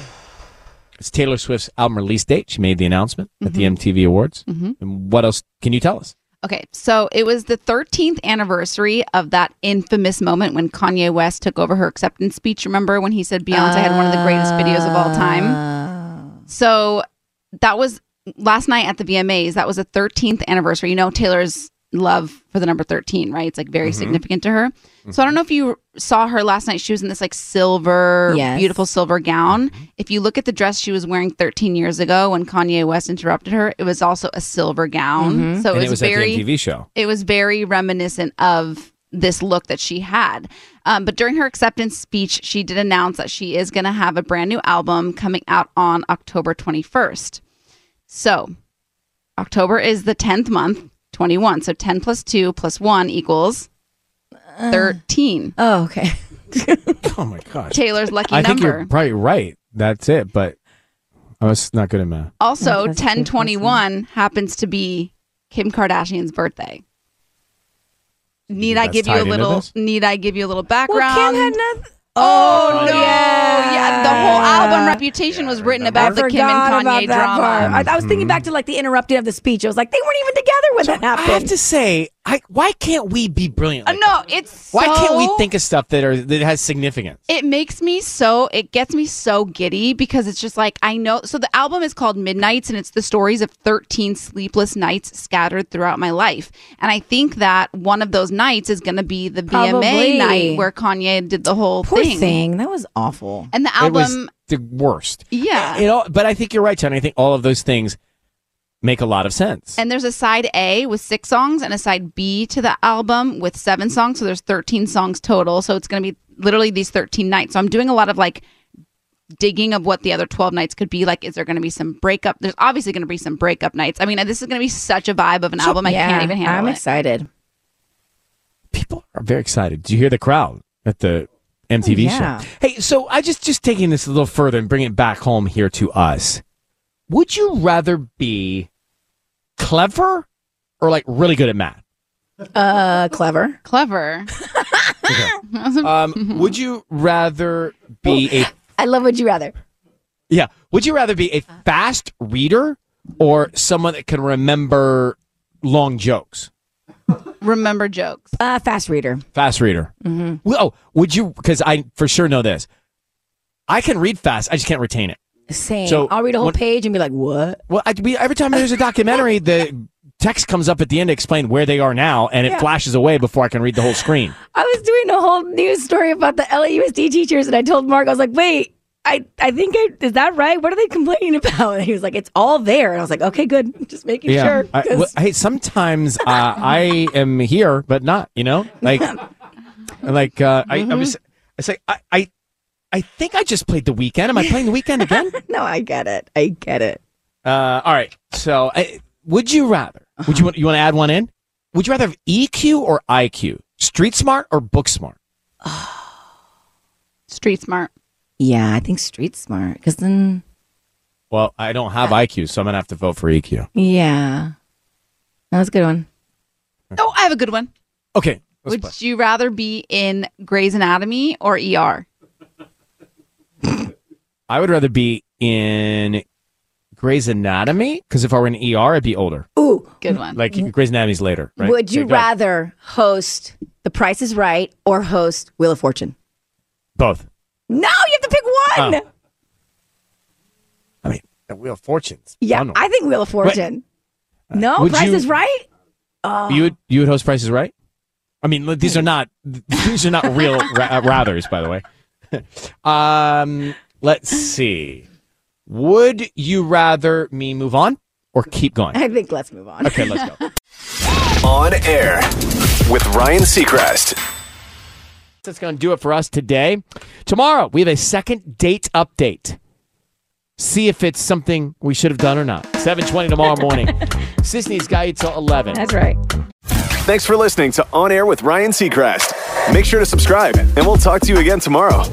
[SPEAKER 3] It's Taylor Swift's album release date. She made the announcement at
[SPEAKER 5] Mm-hmm.
[SPEAKER 3] the MTV Awards.
[SPEAKER 5] Mhm.
[SPEAKER 3] And what else can you tell us?
[SPEAKER 5] Okay, so it was the 13th anniversary of that infamous moment when Kanye West took over her acceptance speech. Remember when he said Beyonce had one of the greatest videos of all time? So that was last night at the VMAs. That was the 13th anniversary. You know, Taylor's love for the number 13, right? It's like very
[SPEAKER 16] Mhm.
[SPEAKER 5] significant to her. So I don't know if you saw her last night. She was in this like silver,
[SPEAKER 16] Yes.
[SPEAKER 5] beautiful silver gown. If you look at the dress she was wearing 13 years ago when Kanye West interrupted her, it was also a silver gown.
[SPEAKER 3] Mhm.
[SPEAKER 5] So
[SPEAKER 3] And
[SPEAKER 5] it was,
[SPEAKER 3] it was at the
[SPEAKER 5] very
[SPEAKER 3] MTV show.
[SPEAKER 5] it was very reminiscent of this look that she had. Um, but during her acceptance speech, she did announce that she is going to have a brand new album coming out on October 21st. So October is the 10th month, 21. So 10 plus 2 plus 1 equals 13.
[SPEAKER 4] oh, okay.
[SPEAKER 3] Oh my gosh.
[SPEAKER 5] Taylor's lucky
[SPEAKER 3] I think
[SPEAKER 5] number.
[SPEAKER 3] you're probably right. That's it, but I was not good at math.
[SPEAKER 5] Also, 1021 happens to be Kim Kardashian's birthday. Need I
[SPEAKER 3] That's
[SPEAKER 5] give you a
[SPEAKER 3] tied into
[SPEAKER 5] little?
[SPEAKER 3] this?
[SPEAKER 5] Need I give you a little background?
[SPEAKER 4] had nothing.
[SPEAKER 5] Oh, no! Yeah. the whole album on Reputation was written about the Kim and Kanye drama.
[SPEAKER 16] I, I was
[SPEAKER 3] Mm-hmm.
[SPEAKER 16] thinking back to like the interrupting of the speech. I was like, they weren't even together when that happened.
[SPEAKER 3] I have to say, I, why can't we be brilliant?
[SPEAKER 5] Uh, no, it's
[SPEAKER 3] Why can't we
[SPEAKER 5] so-
[SPEAKER 3] think of stuff that are that has significance?
[SPEAKER 5] It makes me so it gets me so giddy because it's just like I know so the album is called Midnights and it's the stories of 13 sleepless nights scattered throughout my life. And I think that one of those nights is going to be the
[SPEAKER 4] Probably.
[SPEAKER 5] VMA night where Kanye did the whole
[SPEAKER 4] Poor
[SPEAKER 5] thing.
[SPEAKER 4] thing. That was
[SPEAKER 3] Awful.
[SPEAKER 5] And the
[SPEAKER 3] It was
[SPEAKER 5] album-
[SPEAKER 3] the worst.
[SPEAKER 5] Yeah.
[SPEAKER 3] You know, but I think you're right, Tony. I think all of those things make a lot of sense.
[SPEAKER 5] And there's a side A with 6 songs and a side B to the album with 7 songs, so there's 13 songs total. So it's going to be literally these 13 nights. So I'm doing a lot of like digging of what the other 12 nights could be like is there going to be some breakup there's obviously going to be some breakup nights i mean this is going to be such a vibe of an album i
[SPEAKER 4] Yeah,
[SPEAKER 5] can't even handle
[SPEAKER 4] I'm
[SPEAKER 5] it
[SPEAKER 4] excited.
[SPEAKER 3] are very excited. Do you hear the crowd at the
[SPEAKER 5] Oh,
[SPEAKER 3] MTV
[SPEAKER 4] yeah.
[SPEAKER 3] show? Hey, so I just just taking this a little further and bring it back home here to us. Would you rather be clever or like really good at math?
[SPEAKER 4] Uh, clever.
[SPEAKER 5] Clever. Mm-hmm.
[SPEAKER 3] um, would you rather be a
[SPEAKER 4] I love Would You Rather.
[SPEAKER 3] yeah? Would you rather be a fast reader or someone that can remember long jokes?
[SPEAKER 5] remember jokes
[SPEAKER 4] uh fast reader
[SPEAKER 3] Fast reader.
[SPEAKER 4] Mhm.
[SPEAKER 3] Well, oh, would you? Because I for sure know this. I can read fast. I just can't retain it.
[SPEAKER 4] Same.
[SPEAKER 3] So,
[SPEAKER 4] I'll read a whole
[SPEAKER 3] when-
[SPEAKER 4] page and be like, what?
[SPEAKER 3] Well, I, we, every time there's a documentary, the text comes up at the end to explain where they are now, and it
[SPEAKER 4] Yeah.
[SPEAKER 3] flashes away before I can read the whole screen.
[SPEAKER 4] I was doing a whole news story about the LAUSD teachers, and I told Mark, I was like, wait, I, I think I, is that right? What are they complaining about? And he was like, it's all there. And I was like, okay, good. Just making sure.
[SPEAKER 3] I,
[SPEAKER 4] 'cause-
[SPEAKER 3] well, hey, sometimes uh, I am here, but not. You know, like, like uh, I, I
[SPEAKER 4] Mhm.
[SPEAKER 3] was. I say, I, I, I think I just played the weekend. Am I playing the weekend again?
[SPEAKER 4] no, I get it. I get it.
[SPEAKER 3] Uh, all right. So, I, would you rather?
[SPEAKER 4] Uh-huh.
[SPEAKER 3] Would you want you want to add one in? Would you rather have EQ or IQ? Street smart or book smart?
[SPEAKER 5] street smart
[SPEAKER 4] Yeah, I think street smart. Because then,
[SPEAKER 3] Well, I don't have
[SPEAKER 4] Uh-huh.
[SPEAKER 3] IQ, so I'm gonna have to vote for E EQ.
[SPEAKER 4] yeah. That was a good one.
[SPEAKER 5] oh i have a good one
[SPEAKER 3] Okay. let's
[SPEAKER 5] would you rather be in grey's anatomy or er
[SPEAKER 3] I would rather be in Grey's Anatomy because if I were in ER, I'd be older.
[SPEAKER 4] Ooh,
[SPEAKER 5] good one.
[SPEAKER 3] Like Grey's Anatomy's later. Right?
[SPEAKER 4] Would you
[SPEAKER 3] Like, uh,
[SPEAKER 4] rather host The Price is Right or host Wheel of Fortune?
[SPEAKER 3] both?
[SPEAKER 4] No, you have to pick one.
[SPEAKER 3] Oh. I mean, the Wheel of Fortune's.
[SPEAKER 4] yeah,
[SPEAKER 3] fun one.
[SPEAKER 4] I think Wheel of Fortune. no,
[SPEAKER 3] would
[SPEAKER 4] Price
[SPEAKER 3] you-
[SPEAKER 4] is Right? Oh. Hmm.
[SPEAKER 3] you would you would host Price is Right. I mean, look, these are not these are not real ra- uh, rathers, by the way. um, let's see. Would you rather me move on or keep going?
[SPEAKER 4] I think let's move on.
[SPEAKER 3] Okay, let's
[SPEAKER 4] go.
[SPEAKER 6] On air with Ryan Seacrest.
[SPEAKER 3] That's going to do it for us today. Tomorrow, we have a second date update. See if it's something we should have done or not. 720 tomorrow morning. Sisney's Guide till 11. That's
[SPEAKER 4] right.
[SPEAKER 6] Thanks for listening to On Air with Ryan Seacrest. Make sure to subscribe, and we'll talk to you again tomorrow.